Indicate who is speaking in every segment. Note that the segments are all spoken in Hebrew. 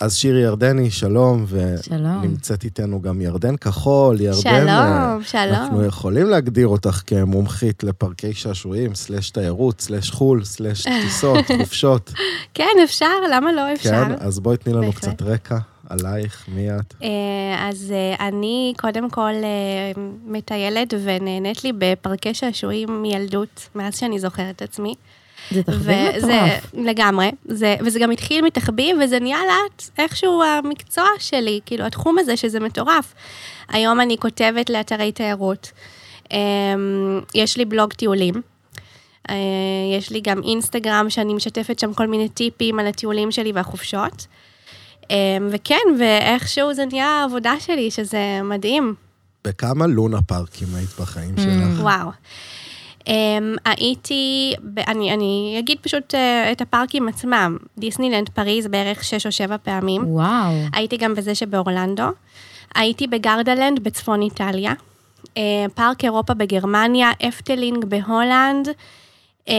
Speaker 1: אז שירי ירדני, שלום, ונמצאת
Speaker 2: שלום.
Speaker 1: איתנו גם ירדן כחול, ירדן...
Speaker 2: שלום,
Speaker 1: אה,
Speaker 2: שלום.
Speaker 1: אנחנו יכולים להגדיר אותך כמומחית לפארקי שעשועים, סלש תיירות, סלש חו"ל, סלש טיסות, חופשות.
Speaker 2: כן, אפשר, למה לא אפשר?
Speaker 1: כן, אז בואי תני לנו
Speaker 2: בהחלט.
Speaker 1: קצת רקע עלייך, מי את.
Speaker 2: אה, אז אה, אני קודם כל אה, מטיילת ונהנית לי בפארקי שעשועים מילדות, מאז שאני זוכרת את עצמי.
Speaker 3: זה תחביב
Speaker 2: וזה-
Speaker 3: מטורף.
Speaker 2: לגמרי. זה, וזה גם התחיל מתחביב, וזה נהיה לאט איכשהו המקצוע שלי, כאילו, התחום הזה שזה מטורף. היום אני כותבת לאתרי תיירות. אמ, יש לי בלוג טיולים. אה, יש לי גם אינסטגרם שאני משתפת שם כל מיני טיפים על הטיולים שלי והחופשות. אמ, וכן, ואיכשהו זה נהיה העבודה שלי, שזה מדהים.
Speaker 1: בכמה לונה פארקים היית בחיים
Speaker 2: Mm.
Speaker 1: שלך?
Speaker 2: וואו. Um, הייתי, ב- אני, אני אגיד פשוט uh, את הפארקים עצמם, דיסנילנד פריז בערך שש או שבע פעמים,
Speaker 3: וואו.
Speaker 2: הייתי גם בזה שבאורלנדו, הייתי בגרדלנד בצפון איטליה, uh, פארק אירופה בגרמניה, אפטלינג בהולנד, um,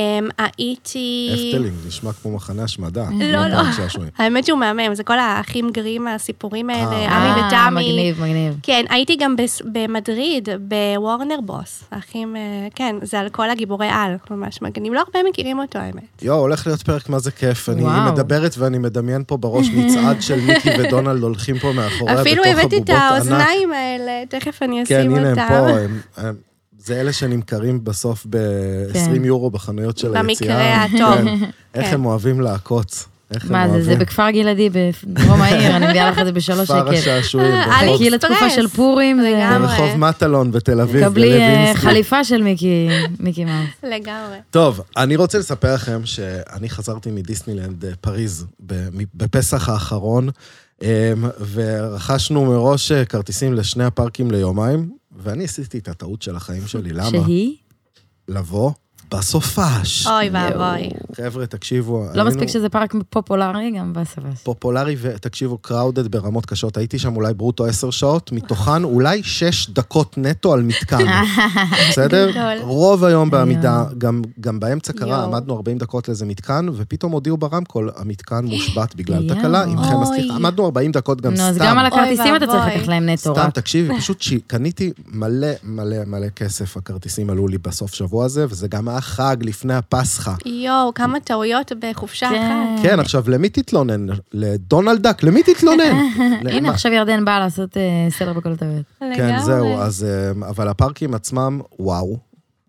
Speaker 2: הייתי...
Speaker 1: אפטלינג, נשמע כמו מחנה השמדה.
Speaker 2: לא,
Speaker 1: כמו
Speaker 2: לא.
Speaker 1: פארק שעשועים.
Speaker 2: האמת שהוא מהמם, זה כל האחים גרים, הסיפורים
Speaker 1: אה.
Speaker 2: האלה, עמי
Speaker 3: אה,
Speaker 2: ותמי.
Speaker 3: מגניב, מגניב.
Speaker 2: כן, הייתי גם בס- במדריד, בוורנר בוס. האחים, אה, כן, זה על כל הגיבורי על, ממש מגניב. לא הרבה מכירים אותו, האמת.
Speaker 1: יואו, הולך להיות פרק מה זה כיף. אני
Speaker 3: וואו.
Speaker 1: מדברת ואני מדמיין פה בראש מצעד של מיקי ודונלד הולכים פה מאחוריה בתוך
Speaker 2: אפילו
Speaker 1: הבובות ענק.
Speaker 2: הבאתי את האוזניים האלה, תכף אני
Speaker 1: כן,
Speaker 2: אשים
Speaker 1: הנה
Speaker 2: אותם.
Speaker 1: הם פה, הם, הם, זה אלה שנמכרים בסוף ב-20
Speaker 3: כן.
Speaker 1: יורו בחנויות של
Speaker 2: במקרה
Speaker 1: היציאה.
Speaker 2: הטוב.
Speaker 1: כן. איך
Speaker 2: כן.
Speaker 1: הם אוהבים לעקוץ. איך הם
Speaker 3: מה זה,
Speaker 1: אוהבים.
Speaker 3: זה בכפר גלעדי, בדרום העיר, אני מביאה לך את זה בשלוש
Speaker 1: כפר
Speaker 3: שקל.
Speaker 1: השעשועים,
Speaker 2: אה,
Speaker 1: ברחוב-
Speaker 2: אליקס.
Speaker 3: כי לתקופה של פורים, זה...
Speaker 2: לגמרי.
Speaker 1: ברחוב מטלון בתל אביב,
Speaker 3: קבלי אה,
Speaker 1: בלווינסקי.
Speaker 3: חליפה של מיקי, מיקי מאוס.
Speaker 2: לגמרי.
Speaker 1: טוב, אני רוצה לספר לכם שאני חזרתי מדיסנילנד אה, פריז ב- מ- בפסח האחרון, אה, ורכשנו מראש אה, כרטיסים לשני הפארקים ליומיים, ואני עשיתי את הטעות של החיים שלי. למה?
Speaker 3: שהיא?
Speaker 1: לבוא בסופש.
Speaker 2: אוי ואבוי.
Speaker 1: חבר'ה, תקשיבו,
Speaker 3: לא
Speaker 1: היינו-
Speaker 3: מספיק שזה פארק פופולרי, גם בסבבה.
Speaker 1: פופולרי, ותקשיבו, קראודד ברמות קשות. הייתי שם אולי ברוטו עשר שעות, מתוכן אולי שש דקות נטו על מתקן. בסדר?
Speaker 2: גדול.
Speaker 1: רוב היום בעמידה, גם, גם באמצע קרה,
Speaker 2: יואו.
Speaker 1: עמדנו 40 דקות לאיזה מתקן, ופתאום הודיעו ברמקול, המתקן מושבת בגלל
Speaker 3: יואו.
Speaker 1: תקלה, עמכם
Speaker 2: אוי.
Speaker 1: הסליחה. עמדנו 40 דקות גם
Speaker 3: נו, אז
Speaker 1: סתם.
Speaker 3: גם על הכרטיסים
Speaker 2: אוי
Speaker 3: אתה צריך
Speaker 2: ואבוי.
Speaker 3: לקחת להם נטו
Speaker 1: סתם,
Speaker 3: רק.
Speaker 1: תקשיבי, פשוט ש- קניתי מלא מלא מלא כסף, הכרטיסים עלו לי בסוף שבוע הזה, וזה גם היה חג לפני הפסחא.
Speaker 2: יואו, כמה טעויות בחופשה
Speaker 3: כן.
Speaker 2: אחת.
Speaker 1: כן, עכשיו, למי תתלונן? לדונלד דק, למי תתלונן?
Speaker 3: הנה,
Speaker 1: למה?
Speaker 3: עכשיו ירדן באה לעשות אה, סדר בכל הטעויות.
Speaker 1: כן,
Speaker 2: לגמרי.
Speaker 1: זהו, אז... אמ, אבל הפארקים עצמם, וואו.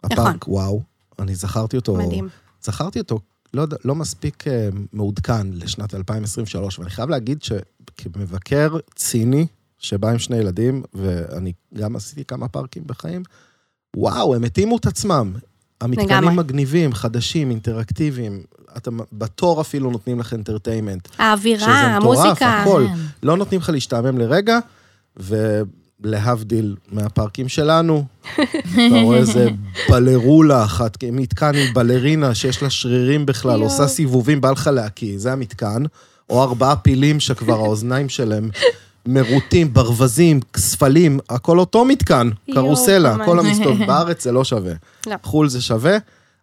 Speaker 1: הפארק, וואו. אני זכרתי אותו...
Speaker 2: נכון. מדהים.
Speaker 1: זכרתי אותו, לא, יודע- לא מספיק אמ, מעודכן לשנת 2023, ואני חייב להגיד שכמבקר ציני, שבא עם שני ילדים, ואני גם עשיתי כמה פארקים בחיים, וואו, הם התאימו את עצמם. המתקנים
Speaker 2: לגמרי.
Speaker 1: מגניבים, חדשים, אינטראקטיביים. אתם בתור אפילו נותנים לך אינטרטיימנט.
Speaker 2: האווירה,
Speaker 1: שזה מטורף,
Speaker 2: המוזיקה.
Speaker 1: הכל.
Speaker 3: כן.
Speaker 1: לא נותנים לך להשתעמם לרגע, ולהבדיל מהפארקים שלנו, אתה רואה איזה בלרולה אחת, מתקן עם בלרינה שיש לה שרירים בכלל,
Speaker 2: יואו.
Speaker 1: עושה סיבובים, בא לך להקיא, זה המתקן, או ארבעה פילים שכבר האוזניים שלהם מרוטים, ברווזים, ספלים, הכל אותו מתקן,
Speaker 2: יואו,
Speaker 1: קרוסלה,
Speaker 2: ממש.
Speaker 1: כל המסתובב בארץ זה לא שווה.
Speaker 2: לא.
Speaker 1: חו"ל זה שווה,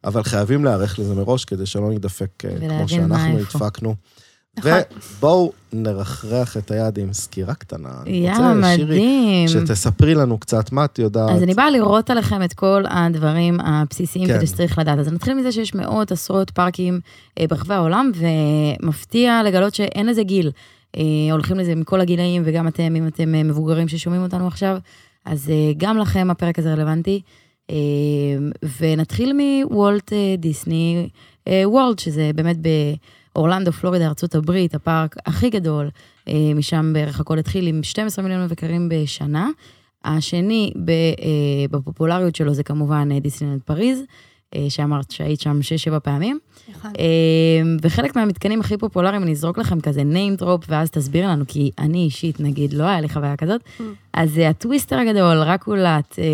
Speaker 1: אבל חייבים להיערך לזה מראש כדי שלא נדפק אה, כמו
Speaker 3: ולהבין מה,
Speaker 1: שאנחנו
Speaker 3: איפה.
Speaker 1: נדפקנו.
Speaker 2: נכון.
Speaker 1: ובואו נרחרח את היד עם סקירה קטנה. אני
Speaker 3: יאללה,
Speaker 1: רוצה, שירי,
Speaker 3: מדהים.
Speaker 1: שתספרי לנו קצת מה את יודעת.
Speaker 3: אז אני באה לראות עליכם את כל הדברים הבסיסיים
Speaker 1: כן.
Speaker 3: כדי שצריך לדעת. אז נתחיל מזה שיש מאות עשרות פארקים אה, ברחבי העולם, ומפתיע לגלות שאין לזה גיל. אה, הולכים לזה מכל הגילאים, וגם אתם, אם אתם אה, מבוגרים ששומעים אותנו עכשיו, אז אה, גם לכם הפרק הזה רלוונטי. אה, ונתחיל מוולט אה, דיסני אה, וולד, שזה באמת באורלנדו, פלורידה, ארצות הברית, הפארק הכי גדול. אה, משם בערך הכל התחיל עם 12 מיליון מבקרים בשנה. השני ב, אה, בפופולריות שלו זה כמובן אה, דיסנילנד פריז, אה, שאמרת שהיית שם שש-שבע פעמים.
Speaker 2: נכון.
Speaker 3: אה, וחלק מהמתקנים הכי פופולריים, אני אזרוק לכם כזה name drop, ואז תסבירי לנו, כי אני אישית, נגיד, לא היה לי חוויה כזאת. אז אה, הטוויסטר הגדול, רקולת, אה,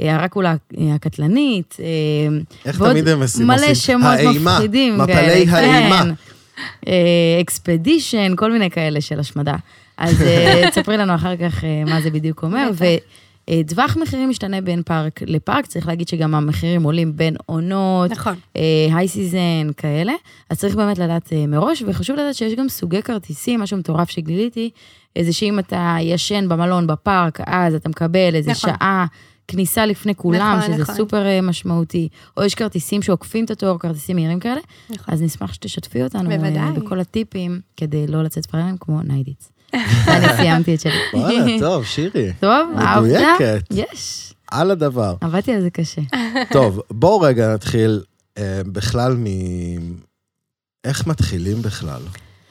Speaker 3: אה, הרקולה אה, הקטלנית, אה,
Speaker 1: איך
Speaker 3: ועוד
Speaker 1: תמיד הם משים-
Speaker 3: מלא
Speaker 1: עושים?
Speaker 3: שמות
Speaker 1: האימה,
Speaker 3: מפחידים כאלה.
Speaker 1: מפלי
Speaker 3: כן.
Speaker 1: האימה.
Speaker 3: אה, אקספדישן, כל מיני כאלה של השמדה. אז אה, תספרי לנו אחר כך אה, מה זה בדיוק אומר.
Speaker 2: בטח.
Speaker 3: ו- אה, טווח מחירים משתנה בין פארק לפארק, צריך להגיד שגם המחירים עולים בין עונות,
Speaker 2: נכון.
Speaker 3: היי סיזן, כאלה. אז צריך באמת לדעת אה, מראש, וחשוב לדעת שיש גם סוגי כרטיסים, משהו מטורף שגיליתי, אה, זה שאם אתה ישן במלון, בפארק, אז אתה מקבל איזה
Speaker 2: נכון.
Speaker 3: שעה כניסה לפני כולם,
Speaker 2: נכון,
Speaker 3: שזה
Speaker 2: נכון.
Speaker 3: סופר אה, משמעותי, או יש כרטיסים שעוקפים את התואר, כרטיסים מהירים כאלה,
Speaker 2: נכון.
Speaker 3: אז נשמח שתשתפי אותנו אה,
Speaker 2: בוודאי.
Speaker 3: בכל הטיפים, כדי לא לצאת פרלם כמו ניידיץ. אני סיימתי את שלי.
Speaker 1: וואלה, טוב, שירי,
Speaker 3: טוב, אהבת?
Speaker 1: מדויקת.
Speaker 3: יש,
Speaker 1: על הדבר.
Speaker 3: עבדתי על זה קשה.
Speaker 2: אה,
Speaker 1: טוב, בואו רגע נתחיל אה, בכלל מ... איך מתחילים בכלל?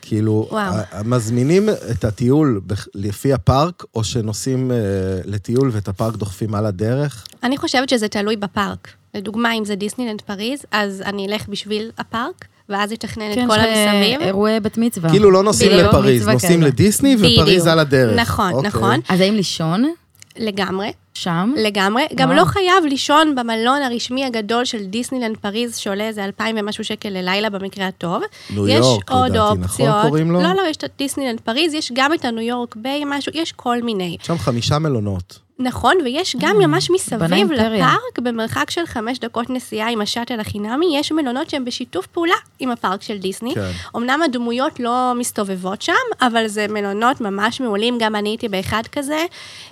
Speaker 1: כאילו,
Speaker 2: וואו.
Speaker 1: ה- מזמינים את הטיול בכ- לפי הפארק, או שנוסעים אה, לטיול ואת הפארק דוחפים על הדרך?
Speaker 2: אני חושבת שזה תלוי בפארק. לדוגמה, אם זה דיסנילנד פריז, אז אני אלך בשביל הפארק, ואז אתכנן את
Speaker 3: כן,
Speaker 2: כל
Speaker 3: יש לך, אה,
Speaker 2: המסביב.
Speaker 3: אירועי בת מצווה.
Speaker 1: כאילו לא נוסעים
Speaker 3: בדיוק.
Speaker 1: לפריז,
Speaker 3: מצווה
Speaker 1: נוסעים
Speaker 3: כזה.
Speaker 1: לדיסני ופריז
Speaker 2: בדיוק.
Speaker 1: על הדרך.
Speaker 2: נכון,
Speaker 1: אוקיי.
Speaker 2: נכון.
Speaker 3: אז האם לישון
Speaker 2: לגמרי,
Speaker 3: שם?
Speaker 2: לגמרי. גם
Speaker 3: וואו.
Speaker 2: לא חייב לישון במלון הרשמי הגדול של דיסנילנד פריז, שעולה איזה אלפיים ומשהו שקל ללילה במקרה הטוב.
Speaker 1: ניו
Speaker 2: יש
Speaker 1: יורק,
Speaker 2: עוד
Speaker 1: לדעתי, נכון
Speaker 2: אופציות.
Speaker 1: קוראים לו?
Speaker 2: לא, לא, יש את דיסנילנד פריז, יש גם את הניו יורק ביי, משהו, יש כל מיני.
Speaker 1: שם חמישה מלונות.
Speaker 2: נכון, ויש גם
Speaker 1: אה,
Speaker 2: ממש
Speaker 3: בנה
Speaker 2: מסביב
Speaker 3: אימפריה.
Speaker 2: לפארק, במרחק של חמש דקות נסיעה עם השאטל החינמי, יש מלונות שהם בשיתוף פעולה עם הפארק של דיסני.
Speaker 1: כן.
Speaker 2: אמנם הדמויות לא מסתובבות שם, אבל זה מלונות ממש מעולים, גם אני הייתי באחד כזה.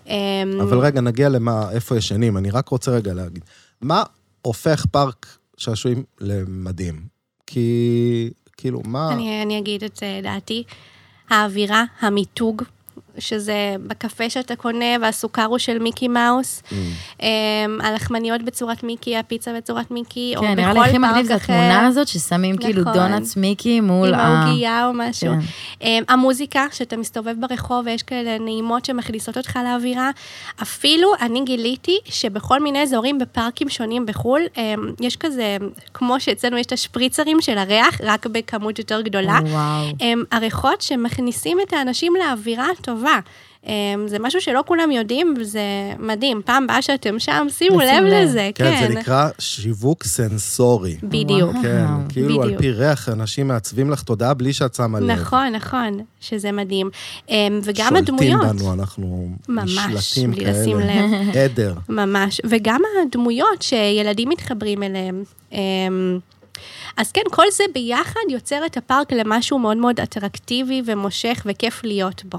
Speaker 2: אמ,
Speaker 1: אבל רגע, נגיע למה, איפה ישנים. אני רק רוצה רגע להגיד, מה הופך פארק שעשועים למדהים? כי, כאילו, מה...
Speaker 2: אני, אני אגיד את אה, דעתי. האווירה, המיתוג, שזה בקפה שאתה קונה, והסוכר הוא של מיקי מאוס.
Speaker 1: Mm,
Speaker 2: אמ, הלחמניות בצורת מיקי, הפיצה בצורת מיקי, או
Speaker 3: כן,
Speaker 2: בכל פארק אחר.
Speaker 3: נראה לי הכי מגניב זה התמונה הזאת ששמים כאילו
Speaker 2: נכון.
Speaker 3: דונלדס מיקי מול
Speaker 2: עם
Speaker 3: ה...
Speaker 2: העוגייה או משהו.
Speaker 3: כן.
Speaker 2: כן. המוזיקה, שאתה מסתובב ברחוב ויש כאלה נעימות שמכניסות אותך לאווירה. אפילו אני גיליתי שבכל מיני אזורים בפארקים שונים בחו"ל, אמ, יש כזה, כמו שאצלנו יש את השפריצרים של הריח, רק בכמות יותר גדולה.
Speaker 3: וואו.
Speaker 2: הם הריחות שמכניסים את האנשים לאווירה הטובה. אמ, זה משהו שלא כולם יודעים, וזה מדהים. פעם הבאה שאתם שם, שימו
Speaker 3: נשים
Speaker 2: לב
Speaker 3: לב.
Speaker 2: לזה,
Speaker 1: כן,
Speaker 2: כן.
Speaker 1: זה נקרא שיווק סנסורי.
Speaker 2: בדיוק.
Speaker 3: וואו.
Speaker 1: כן, כאילו על
Speaker 2: בדיוק.
Speaker 1: פי ריח אנשים מעצבים לך תודעה בלי שאת שמה לב.
Speaker 2: נכון, נכון, שזה מדהים. אמ, וגם
Speaker 1: אה, שולטים
Speaker 2: הדמויות.
Speaker 1: בנו, אנחנו
Speaker 2: ממש,
Speaker 1: נשלטים
Speaker 2: בלי
Speaker 1: כאלה.
Speaker 2: לשים לב.
Speaker 1: עדר.
Speaker 2: ממש, וגם הדמויות שילדים מתחברים אליהם. אמ, אז כן, כל זה ביחד יוצר את הפארק למשהו מאוד מאוד אטרקטיבי ומושך וכיף להיות בו.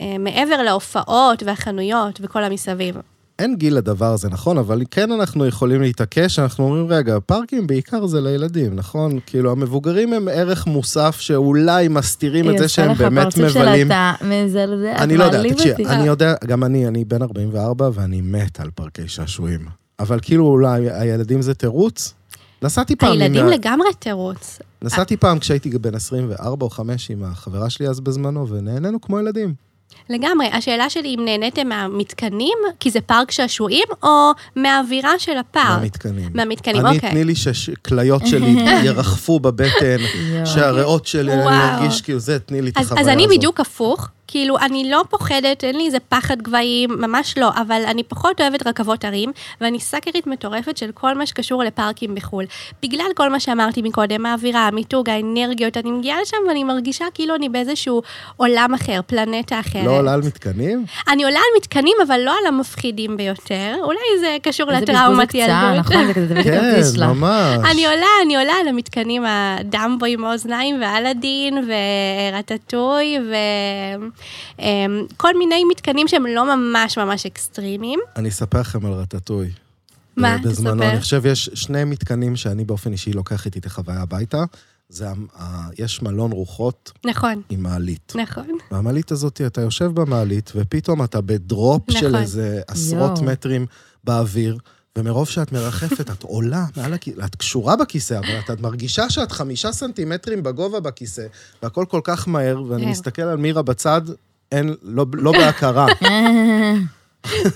Speaker 2: אמ, מעבר להופעות והחנויות וכל המסביב.
Speaker 1: אין גיל לדבר הזה, נכון? אבל כן אנחנו יכולים להתעקש, אנחנו אומרים, רגע, פארקים בעיקר זה לילדים, נכון? כאילו, המבוגרים הם ערך מוסף שאולי מסתירים את זה שהם באמת
Speaker 3: היא עושה לך פרצוף
Speaker 1: מבלים.
Speaker 3: של אתה מזלזל, את
Speaker 1: אני לא יודע,
Speaker 3: מעליב אותי.
Speaker 2: אה,
Speaker 1: תקשיב, אני יודע, גם אני, אני בן 44 ואני מת על פארקי שעשועים. אבל כאילו, אולי הילדים זה תירוץ? נסעתי פעם... עם
Speaker 2: הילדים
Speaker 1: ה-
Speaker 2: לגמרי תירוץ.
Speaker 1: נסעתי פעם כשהייתי בן 24 או 5 עם החברה שלי אז בזמנו, ונהנינו כמו ילדים.
Speaker 2: לגמרי. השאלה שלי אם נהניתם מהמתקנים, כי זה פארק שעשועים, או מהאווירה של
Speaker 3: אה.
Speaker 2: הפארק?
Speaker 1: מהמתקנים.
Speaker 2: מהמתקנים,
Speaker 1: אני,
Speaker 2: אוקיי.
Speaker 1: תני לי שהכליות שלי ירחפו בבטן,
Speaker 3: יואו.
Speaker 1: שהריאות שלי, אני
Speaker 2: וואו.
Speaker 1: ארגיש כאילו זה, תני לי את
Speaker 2: אז,
Speaker 1: החוויה
Speaker 2: אז
Speaker 1: הזאת.
Speaker 2: אני בדיוק הפוך, כאילו, אני לא פוחדת, אין לי איזה פחד גבהים, ממש לא, אבל אני פחות אוהבת רכבות הרים, ואני סאקרית מטורפת של כל מה שקשור לפארקים בחו"ל. בגלל כל מה שאמרתי מקודם, האווירה, המיתוג, האנרגיות, אני מגיעה לשם ואני מרגישה כאילו אני באיזשהו עולם אחר, פלנטה אחרת.
Speaker 1: לא עולה על מתקנים?
Speaker 2: אני עולה על מתקנים, אבל לא על המפחידים ביותר, אולי זה קשור
Speaker 3: איזה
Speaker 2: לטראומת
Speaker 3: בזבוז הקצאה,
Speaker 2: ילדות.
Speaker 3: נכון, זה כזה תביא את
Speaker 1: כן,
Speaker 3: הכרטיס שלך.
Speaker 1: ממש.
Speaker 2: אני עולה, אני עולה על המתקנים הדמבו עם האוזניים ואלאדין ורטטוי וכל מיני מתקנים שהם לא ממש ממש אקסטרימיים.
Speaker 1: אני אספר לכם על רטטוי. אה,
Speaker 2: מה?
Speaker 1: בזמנו,
Speaker 2: תספר.
Speaker 1: אני חושב, יש שני מתקנים שאני באופן אישי לוקח איתי את החוויה הביתה. זה, המ- ה- יש מלון רוחות
Speaker 2: נכון,
Speaker 1: עם מעלית.
Speaker 2: נכון.
Speaker 1: והמעלית הזאת, אתה יושב במעלית, ופתאום אתה בדרופ
Speaker 2: נכון.
Speaker 1: של איזה עשרות
Speaker 3: יואו.
Speaker 1: מטרים באוויר, ומרוב שאת מרחפת, את עולה מעל הכיסא, את קשורה בכיסא, אבל את- את מרגישה שאת חמישה סנטימטרים בגובה בכיסא, והכל כל כך מהר, ואני
Speaker 2: כן.
Speaker 1: מסתכל על מירה בצד, אין, לא, לא בהכרה.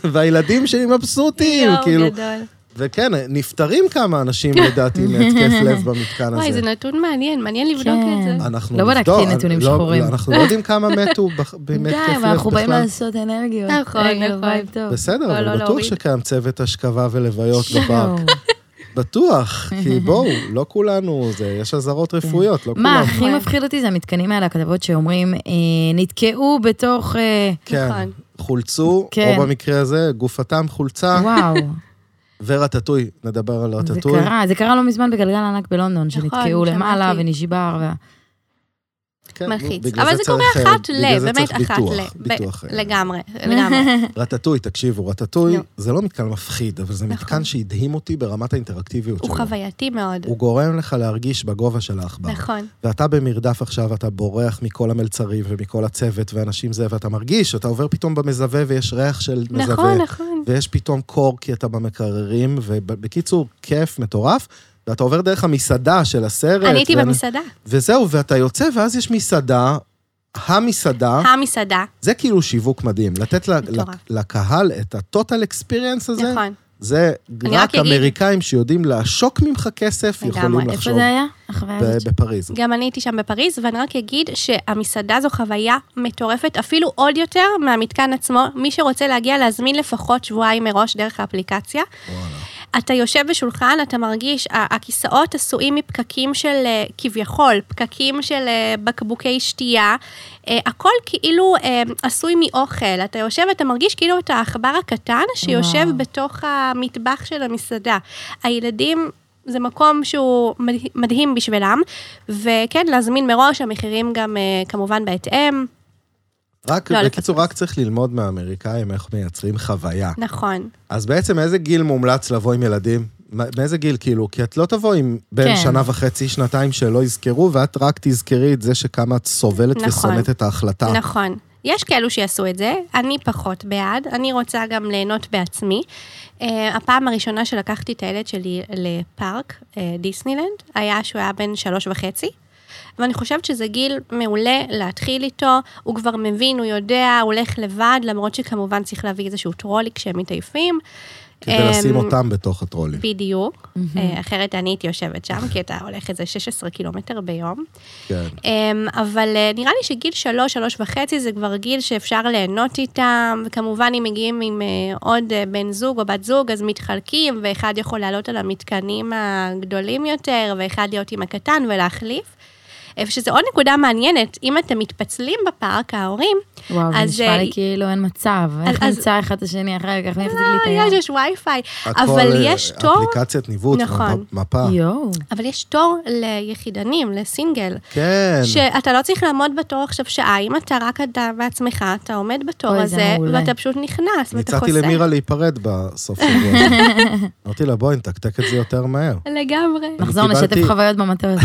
Speaker 1: והילדים שלי מבסוטים,
Speaker 2: יואו,
Speaker 1: כאילו.
Speaker 2: גדול.
Speaker 1: וכן, נפטרים כמה אנשים, לדעתי, מהתקף לב במתקן
Speaker 2: וואי, זה
Speaker 1: הזה.
Speaker 2: נתון מעניין, מעניין לבדוק את
Speaker 3: כן.
Speaker 2: זה.
Speaker 1: אנחנו
Speaker 3: לא בדקתי
Speaker 1: נבדוק,
Speaker 3: נתונים
Speaker 1: לא- לא,
Speaker 3: שחורים.
Speaker 1: אנחנו לא יודעים כמה מתו בח- באמת
Speaker 3: די,
Speaker 1: כיף לב בכלל.
Speaker 3: אבל אנחנו באים לעשות אנרגיות.
Speaker 2: נכון,
Speaker 3: רגע,
Speaker 2: נכון.
Speaker 3: וייב טוב.
Speaker 2: לא,
Speaker 1: בסדר,
Speaker 2: לא
Speaker 1: אבל בטוח
Speaker 2: להוריד.
Speaker 1: שקיים צוות השכבה ולוויות
Speaker 3: יואו.
Speaker 1: בפארק. בטוח, כי בואו, לא כולנו, זה, יש
Speaker 2: כן.
Speaker 1: אזהרות רפואיות, לא
Speaker 3: מה
Speaker 1: כולם.
Speaker 2: נכון.
Speaker 3: הכי מפחיד אותי זה המתקנים האלה, הכתבות שאומרים, אה, נתקעו בתוך... אה,
Speaker 1: כן,
Speaker 2: נכון.
Speaker 1: חולצו,
Speaker 3: כן.
Speaker 1: או במקרה הזה, גופתם חולצה,
Speaker 3: וואו,
Speaker 1: ורטטוי, נדבר על
Speaker 3: זה
Speaker 1: רטטוי.
Speaker 3: קרה, זה קרה לא מזמן בגלגל ענק בלונדון,
Speaker 2: נכון,
Speaker 3: שנתקעו
Speaker 2: שמעתי.
Speaker 3: למעלה ונשבר. וה-
Speaker 1: כן,
Speaker 2: מלחיץ.
Speaker 1: בגלל
Speaker 2: אבל זה קורה
Speaker 1: צריך,
Speaker 2: אחת
Speaker 1: אה,
Speaker 2: ל,
Speaker 1: בגלל זה
Speaker 2: באמת
Speaker 1: צריך
Speaker 2: אחת
Speaker 1: ביטוח,
Speaker 2: ל. ב-
Speaker 1: ביטוח. כן. אה,
Speaker 2: לגמרי, לגמרי.
Speaker 1: רטטוי, תקשיבו, רטטוי
Speaker 2: נו.
Speaker 1: זה לא מתקן מפחיד, אבל זה
Speaker 2: נכון.
Speaker 1: מתקן שהדהים אותי ברמת האינטראקטיביות
Speaker 2: הוא
Speaker 1: שלו.
Speaker 2: חווייתי מאוד.
Speaker 1: הוא גורם לך להרגיש בגובה של העכבר.
Speaker 2: נכון.
Speaker 1: ואתה במרדף עכשיו, אתה בורח מכל המלצרים ומכל הצוות ואנשים זה, ואתה מרגיש, אתה עובר פתאום במזווה ויש ריח של מזווה.
Speaker 2: נכון, נכון.
Speaker 1: ויש פתאום קור כי אתה במקררים, ובקיצור, כיף מטורף. ואתה עובר דרך המסעדה של הסרט.
Speaker 2: אני הייתי
Speaker 1: ו-
Speaker 2: במסעדה.
Speaker 1: וזהו, ואתה יוצא, ואז יש מסעדה, המסעדה,
Speaker 2: המסעדה,
Speaker 1: זה כאילו שיווק מדהים. לתת ל-
Speaker 2: מטורף.
Speaker 1: ל- לקהל את הטוטל אקספיריאנס הזה,
Speaker 2: נכון.
Speaker 1: זה
Speaker 2: אני
Speaker 1: רק
Speaker 2: רק אגיד-
Speaker 1: אמריקאים שיודעים לעשוק ממך כסף,
Speaker 2: לגמרי.
Speaker 1: יכולים
Speaker 2: איפה
Speaker 1: לחשוב
Speaker 3: איפה זה היה? החוויה
Speaker 1: ב-
Speaker 3: הזאת.
Speaker 1: בפריז.
Speaker 2: גם אני הייתי שם בפריז, ואני רק אגיד שהמסעדה זו חוויה מטורפת, אפילו עוד יותר מהמתקן עצמו. מי שרוצה להגיע, להזמין לפחות שבועיים מראש דרך האפליקציה.
Speaker 1: וואלה.
Speaker 2: אתה יושב בשולחן, אתה מרגיש, ה- הכיסאות עשויים מפקקים של אה, כביכול, פקקים של אה, בקבוקי שתייה, אה, הכל כאילו אה, עשוי מאוכל. אתה יושב, אתה מרגיש כאילו אתה העכבר הקטן שיושב
Speaker 3: וואו.
Speaker 2: בתוך המטבח של המסעדה. הילדים... זה מקום שהוא מדה- מדהים בשבילם, וכן, להזמין מראש, המחירים גם אה, כמובן בהתאם,
Speaker 1: רק,
Speaker 2: לא,
Speaker 1: בקיצור,
Speaker 2: לפספס.
Speaker 1: רק צריך ללמוד מהאמריקאים איך מייצרים חוויה.
Speaker 2: נכון.
Speaker 1: אז בעצם מאיזה גיל מומלץ לבוא עם ילדים? מא- מאיזה גיל, כאילו? כי את לא תבוא עם בן כן.
Speaker 3: כן.
Speaker 1: שנה וחצי, שנתיים שלא יזכרו, ואת רק תזכרי את זה שכמה את סובלת נכון.
Speaker 2: נכון.
Speaker 1: ושונאת את ההחלטה. נכון.
Speaker 2: נכון. יש כאלו שיעשו את זה, אני פחות בעד, אני רוצה גם ליהנות בעצמי. Uh, הפעם הראשונה שלקחתי את הילד שלי לפארק, uh, דיסנילנד, היה שהוא היה בן שלוש וחצי, ואני חושבת שזה גיל מעולה להתחיל איתו, הוא כבר מבין, הוא יודע, הוא הולך לבד, למרות שכמובן צריך להביא איזשהו טרולי כשהם מתעייפים.
Speaker 1: כדי לשים
Speaker 2: אמ,
Speaker 1: אותם בתוך הטרולים.
Speaker 2: בדיוק, אה, אחרת אני הייתי יושבת שם, כי אתה הולך איזה 16 קילומטר ביום.
Speaker 1: כן.
Speaker 2: אמ, אבל אה, נראה לי שגיל שלוש, שלוש וחצי, זה כבר גיל שאפשר ליהנות איתם, וכמובן אם מגיעים עם אה, עוד אה, בן זוג או בת זוג, אז מתחלקים, ואחד יכול לעלות על המתקנים הגדולים יותר, ואחד להיות עם הקטן ולהחליף. אה, ושזה עוד נקודה מעניינת, אם אתם מתפצלים בפארק, ההורים,
Speaker 3: וואו, זה
Speaker 2: אז,
Speaker 3: נשמע לי
Speaker 2: אה,
Speaker 3: כאילו אין מצב. איך
Speaker 2: אז-
Speaker 3: נמצא אחד את השני אחר כך? מי יחזיק לי את
Speaker 2: אה, יש,
Speaker 3: היד?
Speaker 2: יש וי-פיי,
Speaker 1: הכל,
Speaker 2: אבל
Speaker 1: אה,
Speaker 2: יש תור,
Speaker 1: אפליקציית ניווט,
Speaker 2: נכון.
Speaker 1: מפ- מפה.
Speaker 3: יואו.
Speaker 2: אבל יש תור ליחידנים, לסינגל.
Speaker 1: כן.
Speaker 2: שאתה לא צריך לעמוד בתור עכשיו שעה, אם אתה רק אתה בעצמך, אתה עומד בתור
Speaker 3: אוי, זה
Speaker 2: הזה,
Speaker 3: מעולה.
Speaker 2: ואתה פשוט נכנס, ואתה חוסר.
Speaker 1: ניצאתי למירה להיפרד בסוף שבוע. הזה. אמרתי לה, בואי נתקתק את זה יותר מהר.
Speaker 2: לגמרי.
Speaker 3: נחזור, נשתף
Speaker 1: קיבלתי-
Speaker 3: חוויות כן, במטוס.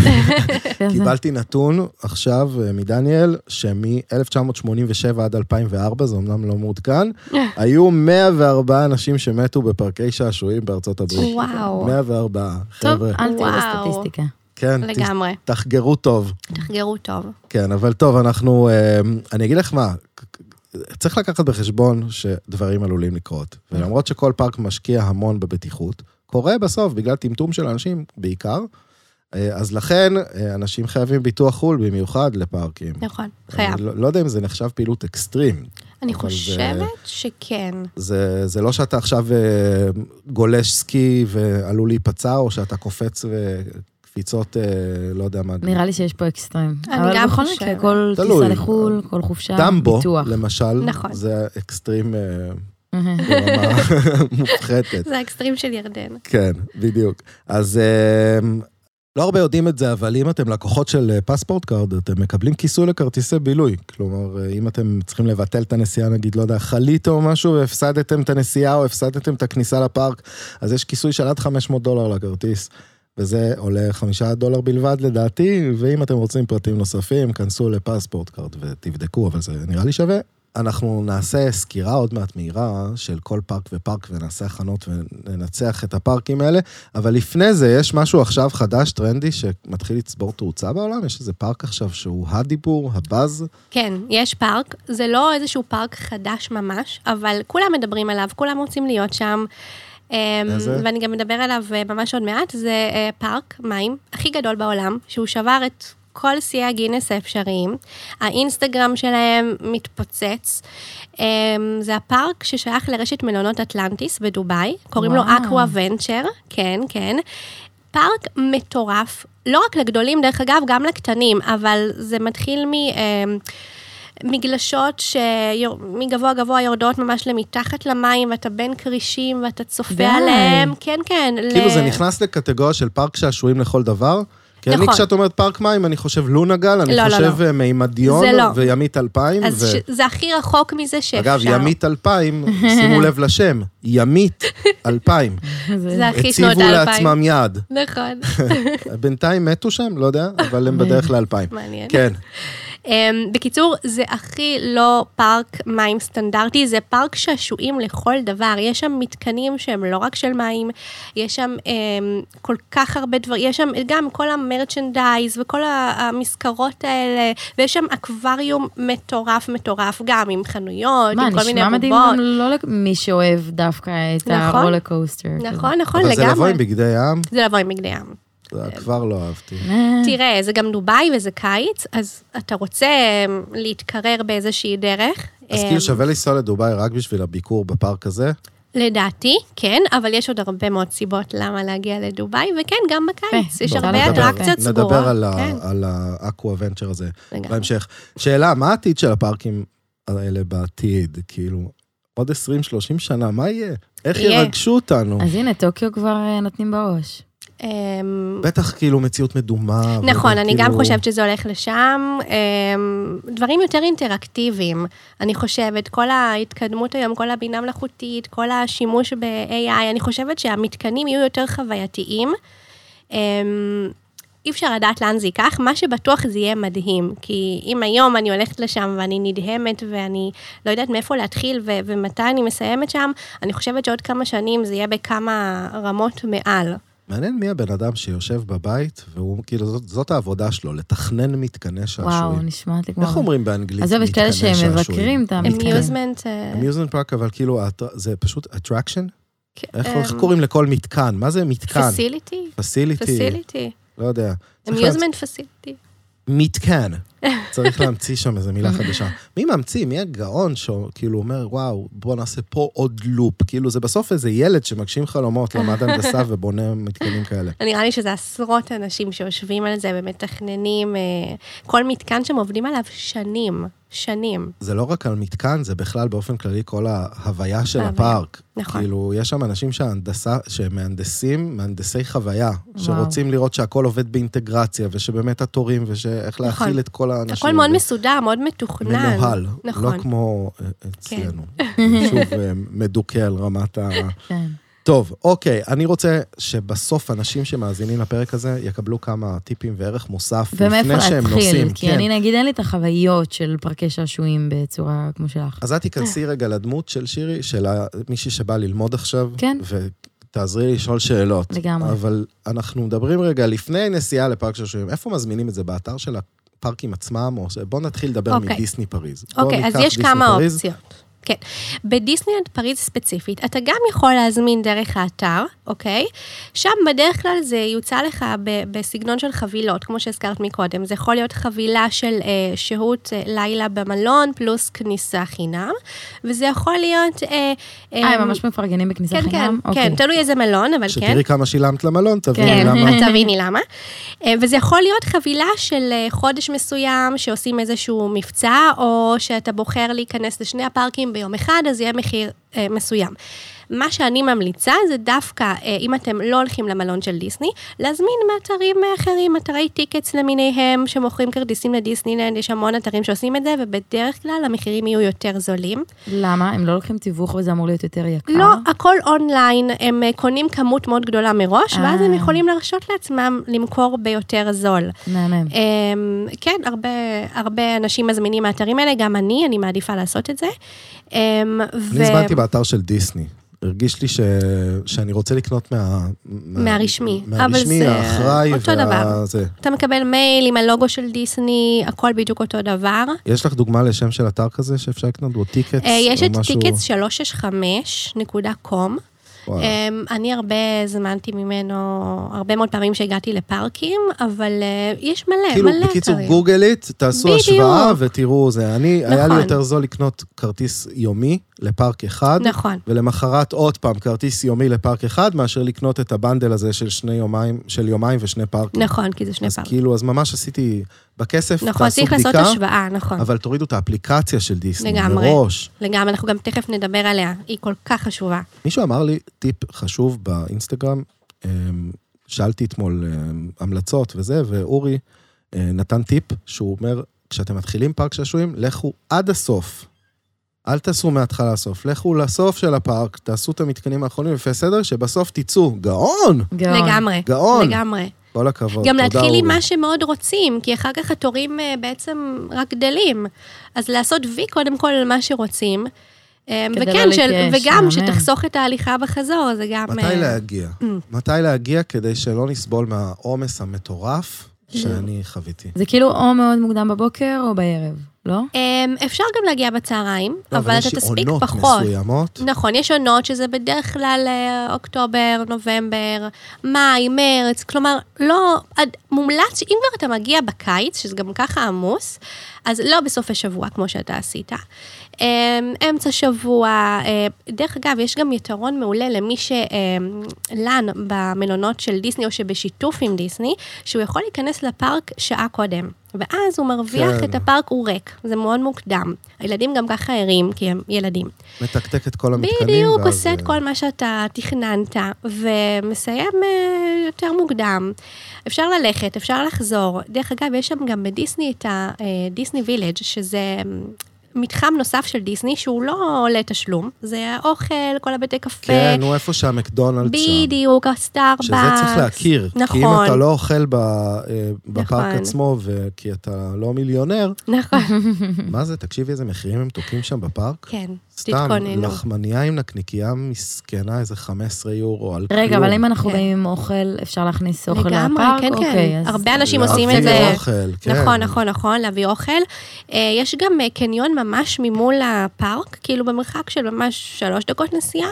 Speaker 1: קיבלתי נתון עכשיו אה, מדניאל, שמ-1987 עד 2004, זה אמנם לא מעודכן, היו 104 אנשים שמתו בפארקי שעשועים בארצות הברית.
Speaker 2: וואו.
Speaker 1: 104,
Speaker 3: טוב,
Speaker 1: חבר'ה.
Speaker 3: אל תהיו
Speaker 2: וואו.
Speaker 3: בסטטיסטיקה.
Speaker 1: כן, ת-
Speaker 2: לגמרי.
Speaker 1: תחגרו טוב.
Speaker 2: תחגרו טוב.
Speaker 1: כן, אבל טוב, אנחנו... אה, אני אגיד לך מה, צריך לקחת בחשבון שדברים עלולים לקרות. ולמרות שכל פארק משקיע המון בבטיחות, קורה בסוף, בגלל טמטום של אנשים בעיקר. אה, אז לכן, אה, אנשים חייבים ביטוח חו"ל, במיוחד לפארקים.
Speaker 2: נכון, חייב.
Speaker 1: אני לא, לא יודע אם זה נחשב פעילות אקסטרים.
Speaker 2: אני
Speaker 1: אבל זה-
Speaker 2: חושבת שכן.
Speaker 1: זה, זה לא שאתה עכשיו אה, גולש סקי ועלול להיפצע, או שאתה קופץ וקפיצות, אה, לא יודע מה.
Speaker 3: נראה לי שיש פה אקסטרים.
Speaker 2: אני
Speaker 3: אבל
Speaker 2: גם
Speaker 3: בכל
Speaker 2: חושבת.
Speaker 3: מקרה, כל
Speaker 1: תלוי.
Speaker 3: טיסה לחו"ל, כל חופשה,
Speaker 1: טמבו,
Speaker 3: ביטוח.
Speaker 1: למשל,
Speaker 2: נכון.
Speaker 1: זה אקסטרים אה, ברמה מופחתת.
Speaker 2: זה האקסטרים של ירדן.
Speaker 1: כן, בדיוק. אז אה, לא הרבה יודעים את זה, אבל אם אתם לקוחות של אה, פספורט קארד, אתם מקבלים כיסוי לכרטיסי בילוי. כלומר, אה, אם אתם צריכים לבטל את הנסיעה, נגיד, לא יודע, חלית או משהו, והפסדתם את הנסיעה או הפסדתם את הכניסה לפארק, אז יש כיסוי של עד 500 דולר לכרטיס. וזה עולה חמישה דולר בלבד לדעתי, ואם אתם רוצים פרטים נוספים, כנסו לפספורט קארד ותבדקו, אבל זה נראה לי שווה. אנחנו נעשה סקירה עוד מעט מהירה של כל פארק ופארק, ונעשה הכנות וננצח את הפארקים האלה, אבל לפני זה, יש משהו עכשיו חדש, טרנדי, שמתחיל לצבור תאוצה בעולם? יש איזה פארק עכשיו שהוא הדיבור, הבאז?
Speaker 2: כן, יש פארק, זה לא איזשהו פארק חדש ממש, אבל כולם מדברים עליו, כולם רוצים להיות שם. אמ,
Speaker 1: איזה?
Speaker 2: ואני גם אדבר עליו אה, ממש עוד מעט, זה אה, פארק מים הכי גדול בעולם, שהוא שבר את כל שיאי הגינס האפשריים. האינסטגרם שלהם מתפוצץ. אמ, זה הפארק ששייך לרשת מלונות אטלנטיס בדובאי, קוראים לו
Speaker 3: וואו.
Speaker 2: אקווה ונצ'ר, כן, כן. פארק מטורף, לא רק לגדולים, דרך אגב, גם לקטנים, אבל זה מתחיל מ... אמ, מגלשות שמגבוה גבוה יורדות ממש למתחת למים, ואתה בין כרישים ואתה צופה
Speaker 3: די.
Speaker 2: עליהם. כן, כן.
Speaker 1: כאילו זה נכנס לקטגוריה של פארק שעשועים לכל דבר. כי אני,
Speaker 2: נכון.
Speaker 1: כשאת אומרת פארק מים, אני חושב לונה גל, אני
Speaker 2: לא, לא,
Speaker 1: חושב
Speaker 2: לא.
Speaker 1: אה, מימדיון
Speaker 2: זה לא.
Speaker 1: וימית אלפיים.
Speaker 2: אז
Speaker 1: ו-
Speaker 2: ש... כן, זה הכי רחוק מזה שאפשר.
Speaker 1: אגב, ימית אלפיים, שימו לב לשם, ימית אלפיים.
Speaker 2: זה הכי שנות
Speaker 1: הציבו
Speaker 2: האלפיים.
Speaker 1: לעצמם יעד.
Speaker 2: נכון,
Speaker 1: בינתיים מתו שם, לא יודע, אבל הם בדרך לאלפיים.
Speaker 2: מעניין.
Speaker 1: כן.
Speaker 2: אמ, בקיצור, זה הכי לא פארק מים סטנדרטי, זה פארק שעשועים לכל דבר. יש שם מתקנים שהם לא רק של מים, יש שם אמ, כל כך הרבה דברים, יש שם גם כל המרצ'נדייז וכל ה- המזכרות האלה, ויש שם אקווריום מטורף מטורף, גם עם חנויות,
Speaker 3: מה,
Speaker 2: עם כל מיני
Speaker 3: נשמע מדהים גם
Speaker 2: בובות.
Speaker 3: לא למי שאוהב דווקא את
Speaker 2: נכון.
Speaker 3: הרולר קוסטר.
Speaker 2: נכון, נכון,
Speaker 1: אבל
Speaker 2: לגמרי. כן.
Speaker 1: זה לבוא עם בגדי ים,
Speaker 2: זה לבוא עם בגדי ים.
Speaker 3: אה.
Speaker 1: זה כבר לא אהבתי.
Speaker 2: תראה, זה גם דובאי וזה קיץ, אז אתה רוצה אמ, להתקרר באיזושהי דרך.
Speaker 1: אז
Speaker 2: אמ,
Speaker 1: כאילו שווה לנסוע לדובאי רק בשביל הביקור בפארק הזה.
Speaker 2: לדעתי, כן, אבל יש עוד הרבה מאוד סיבות למה להגיע לדובאי, וכן, גם בקיץ.
Speaker 3: יפה,
Speaker 2: יש
Speaker 3: בוא,
Speaker 2: הרבה
Speaker 3: נדבר-
Speaker 2: אטרקציות
Speaker 1: כן, לא, נדבר
Speaker 2: סגורות.
Speaker 1: על ה-
Speaker 2: כן,
Speaker 1: על האקוו ונצ'ר הזה
Speaker 2: לגמרי.
Speaker 1: בהמשך. שאלה, מה העתיד של הפארקים האלה בעתיד? כאילו, עוד 20-30 שנה, מה יהיה? איך
Speaker 2: יהיה.
Speaker 1: ירגשו אותנו?
Speaker 3: אז הנה, טוקיו כבר אה, נותנים בראש.
Speaker 2: אמ,
Speaker 1: בטח כאילו מציאות מדומה.
Speaker 2: נכון, אני גם
Speaker 1: וכאילו-
Speaker 2: חושבת שזה הולך לשם. אמ, דברים יותר אינטראקטיביים, אני חושבת. כל ההתקדמות היום, כל הבינה מלאכותית, כל השימוש ב-AI, אני חושבת שהמתקנים יהיו יותר חווייתיים. אמ, אי אפשר לדעת לאן זה ייקח, מה שבטוח זה יהיה מדהים. כי אם היום אני הולכת לשם ואני נדהמת ואני לא יודעת מאיפה להתחיל ו- ומתי אני מסיימת שם, אני חושבת שעוד כמה שנים זה יהיה בכמה רמות מעל.
Speaker 1: מעניין מי הבן אדם שיושב בבית, והוא כאילו, זאת, זאת העבודה שלו, לתכנן מתקני
Speaker 3: וואו,
Speaker 1: שעשועים.
Speaker 3: נשמעת לי כמו...
Speaker 1: איך אומרים באנגלית
Speaker 3: עזוב, יש כאלה שמבקרים את המתקנים.
Speaker 2: אמיוזמנט...
Speaker 1: אמיוזמנט פארק, אבל כאילו, האט- זה פשוט אטרקשן?
Speaker 2: כן,
Speaker 1: איך,
Speaker 2: אמ,
Speaker 1: איך קוראים לכל מתקן? מה זה מתקן?
Speaker 2: פסיליטי?
Speaker 1: פסיליטי.
Speaker 2: פסיליטי.
Speaker 1: לא יודע. צריך להמציא-
Speaker 2: אמיוזמנט פסיליטי.
Speaker 1: מתקן. צריך להמציא שם איזה מילה חדשה. מי ממציא? מי הגאון שכאילו אומר, וואו, בוא נעשה פה עוד לופ. כאילו, זה בסוף איזה ילד שמגשים חלומות, למד הנדסה ובונה מתקנים כאלה.
Speaker 2: נראה לי שזה עשרות אנשים שיושבים על זה ומתכננים. אה, כל מתקן שם עובדים עליו שנים, שנים.
Speaker 1: זה לא רק על מתקן, זה בכלל באופן כללי כל ההוויה של
Speaker 2: ההוויה,
Speaker 1: הפארק.
Speaker 2: נכון.
Speaker 1: כאילו, יש שם אנשים שהנדסה, שהם מהנדסים, מהנדסי חוויה,
Speaker 3: וואו.
Speaker 1: שרוצים לראות שהכל עובד באינטגרציה, ושבאמת התורים, ואיך להכיל את כל האנשים.
Speaker 2: הכל מאוד מסודר, מאוד מתוכנן.
Speaker 1: מנוהל, לא
Speaker 2: נכון.
Speaker 1: כמו אה, אצלנו. שוב, אה, מדוכא על רמת ה...
Speaker 3: כן.
Speaker 1: טוב, אוקיי, אני רוצה שבסוף אנשים שמאזינים לפרק הזה יקבלו כמה טיפים וערך מוסף
Speaker 3: ומאיפה
Speaker 1: לפני שהם נוסעים.
Speaker 3: להתחיל? כי
Speaker 1: כן.
Speaker 3: אני נגיד, אין לי את החוויות של פארקי שעשועים בצורה כמו שלך.
Speaker 1: אז את תיכנסי רגע לדמות של שירי, של ה- מישהי שבאה ללמוד עכשיו,
Speaker 3: כן.
Speaker 1: ותעזרי לי לשאול שאלות.
Speaker 3: לגמרי.
Speaker 1: אבל אנחנו מדברים רגע לפני נסיעה לפארק שעשועים, איפה מזמינים את זה? באתר של הפארקים עצמם? או ש- בואו נתחיל לדבר
Speaker 2: אוקיי.
Speaker 1: מדיסני פריז. בואו
Speaker 2: אוקיי, אז
Speaker 1: ניקח
Speaker 2: יש
Speaker 1: דיסני
Speaker 2: כמה
Speaker 1: פריז.
Speaker 2: אופציות. כן. בדיסנילנד פריז ספציפית, אתה גם יכול להזמין דרך האתר, אוקיי? שם בדרך כלל זה יוצא לך ב- בסגנון של חבילות, כמו שהזכרת מקודם. זה יכול להיות חבילה של אה, שהות אה, לילה במלון, פלוס כניסה חינם, וזה יכול להיות... אה,
Speaker 3: אה, הם ממש מפרגנים בכניסה
Speaker 2: כן, כן,
Speaker 3: חינם?
Speaker 2: כן,
Speaker 3: אוקיי.
Speaker 2: תלוי איזה מלון, אבל כן.
Speaker 1: שתראי כמה שילמת למלון, תביני
Speaker 2: כן,
Speaker 1: למה.
Speaker 2: את תביני למה. אה, וזה יכול להיות חבילה של אה, חודש מסוים, שעושים איזשהו מבצע, או שאתה בוחר להיכנס לשני הפארקים ביום אחד, אז יהיה מחיר אה, מסוים. מה שאני ממליצה זה דווקא, אה, אם אתם לא הולכים למלון של דיסני, להזמין מאתרים אה, אחרים, אתרי טיקטס למיניהם, שמוכרים כרטיסים לדיסנילנד, יש המון אתרים שעושים את זה, ובדרך כלל המחירים יהיו יותר זולים.
Speaker 3: למה? הם לא לוקחים תיווך וזה אמור להיות יותר יקר?
Speaker 2: לא,
Speaker 1: אה?
Speaker 2: הכל אונליין, הם אה, קונים כמות מאוד גדולה מראש, ואז הם
Speaker 3: אה.
Speaker 2: יכולים להרשות לעצמם למכור ביותר זול.
Speaker 3: מהמם.
Speaker 2: אמ, כן, הרבה, הרבה אנשים מזמינים מהאתרים האלה, גם אני, אני מעדיפה לעשות את זה. אמ, ו-
Speaker 1: אני הזמנתי באתר של דיסני. הרגיש לי ש... שאני רוצה לקנות מה... מה-
Speaker 2: מהרשמי. אבל
Speaker 1: מהרשמי,
Speaker 2: זה
Speaker 1: האחראי.
Speaker 2: אותו
Speaker 1: וה-
Speaker 2: דבר.
Speaker 1: זה.
Speaker 2: אתה מקבל מייל עם הלוגו של דיסני, הכל בדיוק אותו דבר.
Speaker 1: יש לך דוגמה לשם של אתר כזה שאפשר לקנות בו טיקטס?
Speaker 2: אה, יש
Speaker 1: או
Speaker 2: את
Speaker 1: משהו-
Speaker 2: tickets365.com.
Speaker 1: וואלה.
Speaker 2: Um, אני הרבה הזמנתי ממנו, הרבה מאוד פעמים שהגעתי לפארקים, אבל uh, יש מלא,
Speaker 1: כאילו,
Speaker 2: מלא
Speaker 1: בקיצור,
Speaker 2: אתרים.
Speaker 1: גוגלית, תעשו
Speaker 2: בדיוק.
Speaker 1: השוואה ותראו זה. אני, היה לי
Speaker 2: נכון.
Speaker 1: יותר זול לקנות כרטיס יומי לפארק אחד,
Speaker 2: נכון.
Speaker 1: ולמחרת עוד פעם כרטיס יומי לפארק אחד, מאשר לקנות את הבנדל הזה של שני יומיים, של יומיים ושני פארקים.
Speaker 2: נכון, כי זה שני
Speaker 1: אז
Speaker 2: פארקים.
Speaker 1: כאילו, אז ממש עשיתי בכסף
Speaker 2: נכון,
Speaker 1: תעשו
Speaker 2: צריך לעשות
Speaker 1: בדיקה,
Speaker 2: השוואה, נכון.
Speaker 1: אבל תורידו את האפליקציה של דיסני
Speaker 2: לגמרי.
Speaker 1: מראש.
Speaker 2: לגמרי, אנחנו גם תכף נדבר עליה, היא כל כך חשובה.
Speaker 1: מישהו אמר לי טיפ חשוב באינסטגרם, אמ, שאלתי אתמול אמ, המלצות וזה, ואורי אה, נתן טיפ שהוא אומר, כשאתם מתחילים פארק שעשועים, לכו עד הסוף. אל תעשו מההתחלה לסוף, לכו לסוף של הפארק, תעשו את המתקנים האחרונים לפי סדר, שבסוף תצאו. גאון!
Speaker 3: גאון.
Speaker 2: לגמרי.
Speaker 1: גאון!
Speaker 2: לגמרי.
Speaker 1: כל הכבוד,
Speaker 2: גם
Speaker 1: תודה
Speaker 2: להתחיל
Speaker 1: אורי.
Speaker 2: עם מה שמאוד רוצים, כי אחר כך התורים אה, בעצם רק גדלים. אז לעשות וי קודם כל על מה שרוצים. אה,
Speaker 3: כדי
Speaker 2: וכן,
Speaker 3: לא
Speaker 2: של-
Speaker 3: להתייאש,
Speaker 2: וגם
Speaker 3: מהמם.
Speaker 2: שתחסוך את ההליכה בחזור, זה גם...
Speaker 1: מתי
Speaker 2: אה,
Speaker 1: להגיע? מתי להגיע כדי שלא נסבול מהעומס המטורף
Speaker 2: לא.
Speaker 1: שאני חוויתי?
Speaker 3: זה כאילו או מאוד מוקדם בבוקר או בערב, לא?
Speaker 2: אמ, אפשר גם להגיע בצהריים,
Speaker 1: לא,
Speaker 2: אבל אתה תספיק פחות.
Speaker 1: יש עונות מסוימות.
Speaker 2: נכון, יש עונות שזה בדרך כלל אה, אוקטובר, נובמבר, מאי, מרץ, כלומר, לא, עד- מומלץ שאם כבר אתה מגיע בקיץ, שזה גם ככה עמוס, אז לא בסוף השבוע כמו שאתה עשית. אמ, אמצע שבוע, אה, דרך אגב, יש גם יתרון מעולה למי שלן במלונות של דיסני או שבשיתוף עם דיסני, שהוא יכול להיכנס לפארק שעה קודם. ואז הוא מרוויח
Speaker 1: כן.
Speaker 2: את הפארק, הוא ריק, זה מאוד מוקדם. הילדים גם ככה ערים, כי הם ילדים.
Speaker 1: מתקתק את כל המתקנים.
Speaker 2: בדיוק,
Speaker 1: ואז,
Speaker 2: עושה את
Speaker 1: אה,
Speaker 2: כל מה שאתה תכננת, ומסיים אה, יותר מוקדם. אפשר ללכת, אפשר לחזור. דרך אגב, יש שם גם בדיסני את הדיסני וילג', שזה... אה, מתחם נוסף של דיסני שהוא לא עולה תשלום, זה האוכל, כל הבתי קפה,
Speaker 1: כן, הוא איפה שהמקדונלדס שם.
Speaker 2: בדיוק, הסטארבקס.
Speaker 1: שזה צריך להכיר. כי אם
Speaker 2: נכון.
Speaker 1: אתה לא אוכל ב- אה, בפארק
Speaker 2: נכון.
Speaker 1: עצמו, וכי אתה לא מיליונר,
Speaker 2: נכון,
Speaker 1: מה זה, תקשיבי איזה מחירים הם תוקים שם בפארק.
Speaker 2: כן,
Speaker 1: סתם, לא
Speaker 2: תתכוננו.
Speaker 1: לחמניה עם נקניקייה מסכנה, איזה 15 יורו על כלום.
Speaker 3: רגע, אבל אם אנחנו
Speaker 2: כן.
Speaker 3: באים עם אוכל, אפשר להכניס אוכל
Speaker 2: לגמרי,
Speaker 3: לפארק?
Speaker 2: כן,
Speaker 3: אוקיי,
Speaker 2: כן.
Speaker 3: אז
Speaker 2: הרבה אנשים עושים
Speaker 1: להביא
Speaker 2: את זה.
Speaker 1: אוכל, כן.
Speaker 2: נכון, נכון, נכון, להביא אוכל. אה, יש גם אה, קניון ממש ממול הפארק, כאילו במרחק של ממש שלוש דקות נסיעה.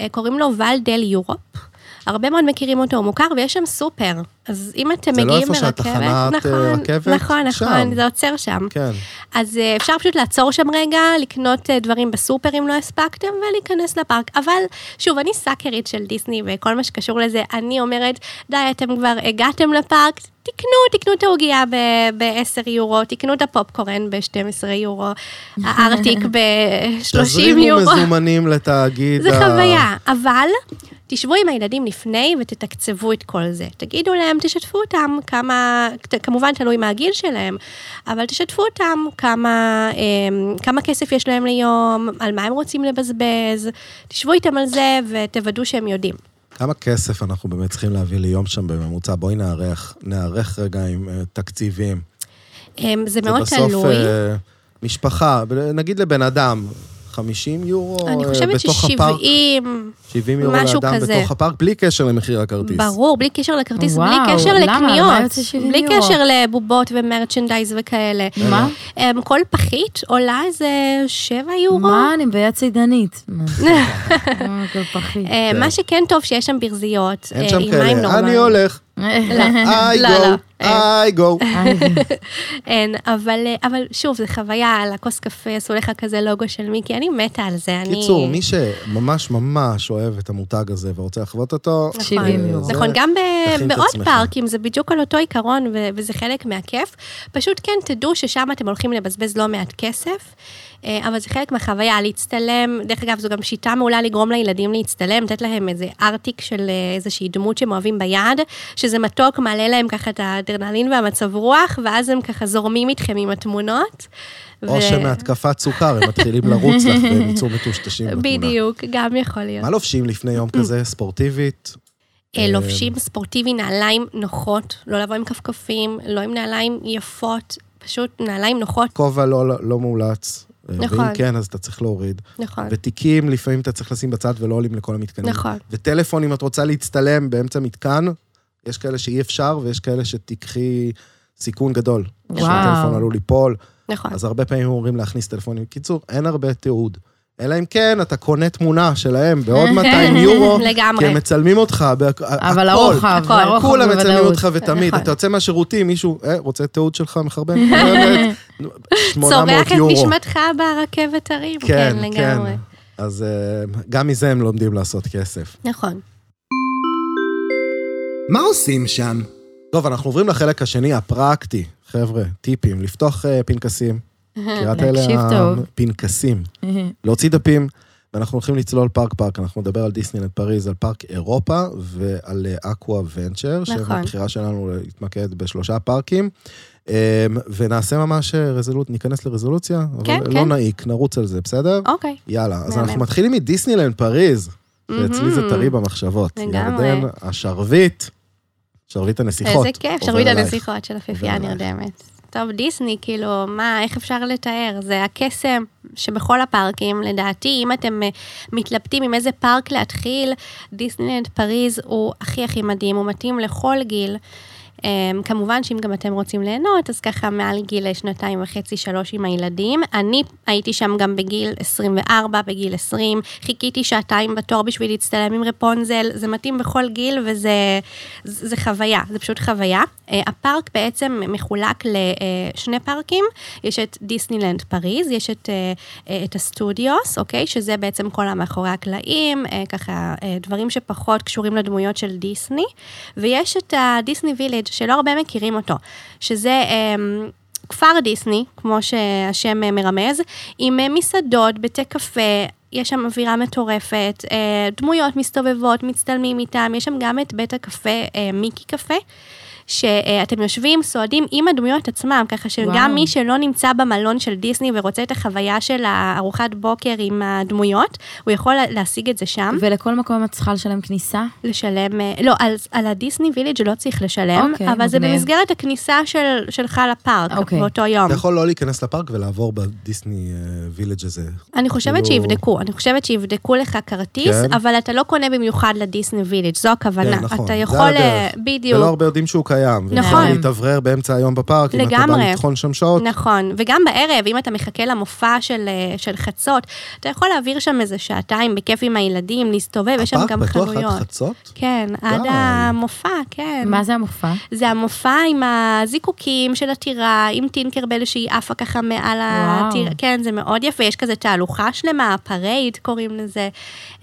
Speaker 2: אה, קוראים לו ולדל יורופ. הרבה מאוד מכירים אותו, הוא מוכר, ויש שם סופר. אז אם אתם
Speaker 1: זה לא
Speaker 2: מגיעים
Speaker 1: איפה
Speaker 2: מרכבת...
Speaker 1: שהתחנת, אה,
Speaker 2: נכון,
Speaker 1: רכבת?
Speaker 2: נכון,
Speaker 1: שם.
Speaker 2: נכון, זה עוצר שם.
Speaker 1: כן.
Speaker 2: אז אה, אפשר פשוט לעצור שם רגע, לקנות אה, דברים בסופר אם לא הספקתם, ולהיכנס לפארק. אבל שוב, אני סאקרית של דיסני וכל מה שקשור לזה, אני אומרת, די, אתם כבר הגעתם לפארק, תקנו, תקנו את העוגייה ב-10 יורו, תקנו את הפופקורן ב-12 יורו, הארטיק ב-30
Speaker 1: תזרימו
Speaker 2: יורו.
Speaker 1: מזומנים לתאגיד.
Speaker 2: זה
Speaker 1: ה-
Speaker 2: חוויה, אבל תשבו עם הילדים לפני ותתקצבו את כל זה. תגידו להם, תשתפו אותם כמה, ת- כמובן תלוי מה הגיל שלהם, אבל תשתפו אותם כמה, אמ, כמה כסף יש להם ליום, על מה הם רוצים לבזבז, תשבו איתם על זה ותוודאו שהם יודעים.
Speaker 1: כמה כסף אנחנו באמת צריכים להביא ליום שם בממוצע? בואי נערך, נערך רגע עם אה, תקציבים.
Speaker 2: אמ, זה
Speaker 1: זה
Speaker 2: מאוד
Speaker 1: בסוף,
Speaker 2: תלוי.
Speaker 1: אה, משפחה, נגיד לבן אדם, 50 יורו
Speaker 2: אני
Speaker 1: אה,
Speaker 2: חושבת
Speaker 1: בתוך הפארק,
Speaker 2: ש-70,
Speaker 1: 70 יורו
Speaker 2: משהו
Speaker 1: לאדם
Speaker 2: כזה.
Speaker 1: בתוך הפארק, בלי קשר למחיר הכרטיס.
Speaker 2: ברור, בלי קשר לכרטיס, בלי
Speaker 3: וואו,
Speaker 2: קשר
Speaker 3: למה? על מה
Speaker 2: לקניות,
Speaker 3: יוצא 70
Speaker 2: בלי
Speaker 3: יורו?
Speaker 2: קשר לבובות ומרצ'נדייז וכאלה.
Speaker 1: אה, לא,
Speaker 3: מה?
Speaker 2: אמ, כל פחית עולה איזה 7 יורו.
Speaker 3: מה, אני בעיה צידנית. מה, כל פחית.
Speaker 2: אה, מה שכן טוב שיש שם ברזיות,
Speaker 1: כן. אין
Speaker 2: אה,
Speaker 1: שם
Speaker 2: עם מים
Speaker 1: כאלה, אני
Speaker 2: נורמליים.
Speaker 1: הולך, I
Speaker 2: לא, אה, לא,
Speaker 1: go, I go.
Speaker 2: אין, אבל, אה, אבל שוב, זו חוויה, על הכוס קפה עשו לך כזה לוגו של מיקי, אני מתה על זה, אני...
Speaker 1: קיצור, מי שממש ממש אוהב את המותג הזה ורוצה לחוות אותו, אה,
Speaker 2: נכון.
Speaker 3: 70 יורו.
Speaker 1: זה-
Speaker 2: נכון, גם ב-
Speaker 1: תכין את
Speaker 2: בעוד
Speaker 1: עצמך.
Speaker 2: פארקים, זה בדיוק על אותו עיקרון, ו- וזה חלק מהכיף. פשוט כן, תדעו ששם אתם הולכים לבזבז לא מעט כסף, אה, אבל זה חלק מהחוויה, להצטלם, דרך אגב, זו גם שיטה מעולה לגרום לילדים להצטלם, לתת להם איזה ארטיק של אה, איזושהי דמות שהם אוהבים ביד, שזה מתוק, מעלה להם ככה את האדרנלין והמצב רוח, ואז הם ככה זורמים איתכם עם התמונות.
Speaker 1: או
Speaker 2: ו-
Speaker 1: שמהתקפת סוכר הם מתחילים לרוץ לך והם יצאו מטושטשים בתמונה.
Speaker 2: בדיוק, גם יכול להיות.
Speaker 1: מה לובשים לפני יום כזה, ספורטיבית? אמ,
Speaker 2: אה, לובשים ספורטיבי נעליים נוחות, לא לבוא עם כפכפים, לא עם נעליים יפות, פשוט נעליים נוחות.
Speaker 1: כובע לא לא מאולץ. אה, ואם
Speaker 2: נכון.
Speaker 1: כן, אז אתה צריך להוריד.
Speaker 2: נכון.
Speaker 1: ותיקים, לפעמים אתה צריך לשים בצד ולא עולים לכל המתקנים.
Speaker 2: נכון.
Speaker 1: וטלפון, אם את רוצה להצטלם באמצע מתקן, יש כאלה שאי אפשר ויש כאלה שתיקחי סיכון גדול.
Speaker 3: וואו.
Speaker 1: שהטלפון עלול ליפול,
Speaker 2: נכון.
Speaker 1: אז הרבה פעמים אומרים להכניס טלפונים. בקיצור, אין הרבה תיעוד. אלא אם כן, אתה קונה תמונה שלהם בעוד 200 יורו, כי
Speaker 2: לגמרי.
Speaker 1: הם מצלמים אותך, בהכ- הכל.
Speaker 3: אבל הרוחב,
Speaker 2: הכל.
Speaker 3: הרוחב
Speaker 1: כולם מצלמים
Speaker 3: בוודאות.
Speaker 1: אותך ותמיד,
Speaker 2: נכון.
Speaker 1: אתה יוצא מהשירותים, מישהו, אה, רוצה תיעוד שלך מחרבן? באמת, 800
Speaker 2: צורח את
Speaker 1: יורו.
Speaker 2: נשמתך ברכבת הרים.
Speaker 1: כן,
Speaker 2: כן,
Speaker 1: כן.
Speaker 2: לגמרי.
Speaker 1: אז אה, גם מזה הם לומדים לעשות כסף.
Speaker 2: נכון.
Speaker 1: מה עושים שם? טוב, אנחנו עוברים לחלק השני, הפרקטי. חבר'ה, טיפים, לפתוח אה, פנקסים. מכירה את
Speaker 3: להקשיב
Speaker 1: אלה
Speaker 3: טוב.
Speaker 1: הפנקסים. להוציא דפים, ואנחנו הולכים לצלול פארק-פארק, אנחנו נדבר על דיסנילנד פריז, על פארק אירופה ועל אה, אקווה ונצ'ר,
Speaker 2: נכון.
Speaker 1: שהבחירה שלנו להתמקד בשלושה פארקים, אה, ונעשה ממש אה, רזולוציה, ניכנס לרזולוציה,
Speaker 2: כן,
Speaker 1: אבל לא
Speaker 2: כן.
Speaker 1: נעיק, נרוץ על זה, בסדר?
Speaker 2: אוקיי.
Speaker 1: יאללה, אז
Speaker 2: מהמם.
Speaker 1: אנחנו מתחילים מדיסנילנד פריז, ואצלי זה
Speaker 2: מהמם.
Speaker 1: טרי במחשבות.
Speaker 2: לגמרי.
Speaker 1: ירדן, השרביט, שרביט הנסיכות.
Speaker 2: איזה כיף,
Speaker 1: עובר
Speaker 2: שרביט
Speaker 1: אלייך.
Speaker 2: הנסיכות של יפיפייה
Speaker 1: עובר אלייך.
Speaker 2: הנרדמת. טוב, דיסני, כאילו, מה, איך אפשר לתאר? זה הקסם שבכל הפארקים, לדעתי, אם אתם אה, מתלבטים עם איזה פארק להתחיל, דיסנילנד פריז הוא הכי הכי מדהים, הוא מתאים לכל גיל. אה, כמובן שאם גם אתם רוצים ליהנות, אז ככה מעל גיל שנתיים וחצי, שלוש עם הילדים. אני הייתי שם גם בגיל 24, בגיל 20, חיכיתי שעתיים בתור בשביל להצטלם עם רפונזל, זה מתאים בכל גיל וזה זה זה חוויה, זה פשוט חוויה. אה, הפארק בעצם מחולק לשני פארקים, יש את דיסנילנד פריז, יש את, אה, אה, את הסטודיוס, אוקיי? שזה בעצם כל המאחורי הקלעים, אה, ככה אה, דברים שפחות קשורים לדמויות של דיסני, ויש את הדיסני וילג' שלא הרבה מכירים אותו, שזה... אה, כפר דיסני, כמו שהשם אה, מרמז, עם אה, מסעדות, בתי קפה, יש שם אווירה מטורפת, אה, דמויות מסתובבות, מצטלמים איתם, יש שם גם את בית הקפה, אה, מיקי קפה. שאתם יושבים, סועדים עם הדמויות עצמם, ככה
Speaker 3: וואו.
Speaker 2: שגם מי שלא נמצא במלון של דיסני ורוצה את החוויה של הארוחת בוקר עם הדמויות, הוא יכול להשיג את זה שם,
Speaker 3: ולכל מקום את צריכה לשלם כניסה?
Speaker 2: לשלם, אה, לא, על, על הדיסני ויליג' לא צריך לשלם,
Speaker 3: אוקיי,
Speaker 2: אבל זה
Speaker 3: מגניב.
Speaker 2: במסגרת הכניסה של, שלך לפארק,
Speaker 3: אוקיי.
Speaker 2: באותו יום.
Speaker 1: אתה יכול לא להיכנס לפארק ולעבור בדיסני וילג' הזה.
Speaker 2: אני חושבת
Speaker 1: כאילו-
Speaker 2: שיבדקו, אני חושבת שיבדקו לך כרטיס,
Speaker 1: כן.
Speaker 2: אבל אתה לא קונה במיוחד לדיסני ויליג', זו הכוונה.
Speaker 1: כן, נכון,
Speaker 2: אתה
Speaker 1: זה
Speaker 2: יכול,
Speaker 1: הדרך.
Speaker 2: אה, בדיוק,
Speaker 1: ולא הרבה יודעים שהוא קיים.
Speaker 2: נכון.
Speaker 1: נכון. להתאוורר באמצע היום בפארק, אם אתה בא
Speaker 2: לגמרי.
Speaker 1: לטחון שם שעות.
Speaker 2: נכון. וגם בערב, אם אתה מחכה למופע של, אה, של חצות, אתה יכול להעביר שם איזה שעתיים בכיף עם הילדים, להסתובב, יש שם גם
Speaker 1: הפארק
Speaker 2: חנויות.
Speaker 1: פתוח עד חצות?
Speaker 2: כן, עד
Speaker 1: די.
Speaker 2: המופע, כן.
Speaker 3: מה זה המופע?
Speaker 2: זה המופע עם הזיקוקים של הטירה, עם טינקרבל שהיא עפה ככה מעל
Speaker 3: וואו.
Speaker 2: הטירה. כן, זה מאוד יפה, יש כזה תהלוכה שלמה, פרייד קוראים לזה.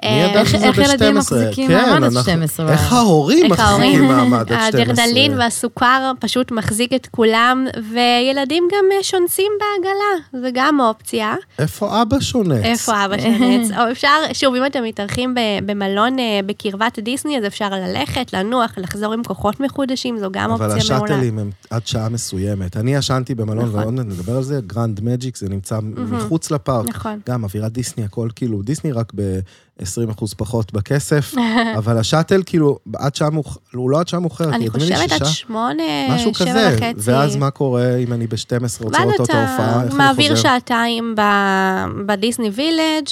Speaker 1: מי ידע
Speaker 2: אה,
Speaker 1: שזה
Speaker 3: איך ילדים
Speaker 1: ב-12?
Speaker 3: מחזיקים
Speaker 1: כן,
Speaker 3: מעמד עד
Speaker 1: אנחנו-
Speaker 3: 12?
Speaker 1: איך ההורים
Speaker 2: איך
Speaker 1: מחזיקים
Speaker 2: ההורים? אה,
Speaker 1: מעמד עד 12?
Speaker 2: הדרדלין והסוכר פשוט מחזיק את כולם, וילדים גם אה, שונסים בעגלה, זה גם אופציה.
Speaker 1: איפה אבא שונץ?
Speaker 2: איפה אבא שנץ? או אפשר, שוב, אם אתם מתארחים ב- במלון אה, בקרבת דיסני, אז אפשר ללכת, לנוח, לחזור עם כוחות מחודשים, זו גם
Speaker 1: אבל
Speaker 2: אופציה מעולה.
Speaker 1: השאטלים הם עד שעה מסוימת. אני ישנתי במלון,
Speaker 2: נכון. Mhm.
Speaker 1: ועוד מעט נדבר על זה, גרנד מג'יק, זה נמצא מחוץ לפארק.
Speaker 2: נכון.
Speaker 1: גם אווירת דיסני, הכל כאילו, דיסני רק ב-20% פחות בכסף, אבל השאטל כאילו, עד שעה מאוחרת, הוא לא עד שעה מאוחרת,
Speaker 2: אני
Speaker 1: נדמה לי
Speaker 2: חושבת עד
Speaker 1: שישה,
Speaker 2: שמונה,
Speaker 1: משהו
Speaker 2: שבע
Speaker 1: כזה.
Speaker 2: וחצי.
Speaker 1: ואז מה קורה אם אני ב-12 רוצה
Speaker 2: ואז
Speaker 1: לראות את ההופעה? איך
Speaker 2: אתה
Speaker 1: אני
Speaker 2: מעביר
Speaker 1: חוזר?
Speaker 2: שעתיים ב- בדיסני וילג'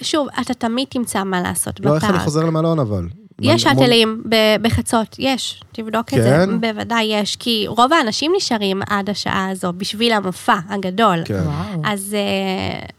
Speaker 2: ושוב, אתה תמיד תמצא מה לעשות בפארק.
Speaker 1: לא, איך אני חוזר למלון אבל?
Speaker 2: יש
Speaker 1: מ- מ-
Speaker 2: שאטלים ב- בחצות, יש, תבדוק את זה,
Speaker 1: כן?
Speaker 2: בוודאי יש, כי רוב האנשים נשארים עד השעה הזו בשביל המופע הגדול.
Speaker 1: כן.
Speaker 3: וואו.
Speaker 2: אז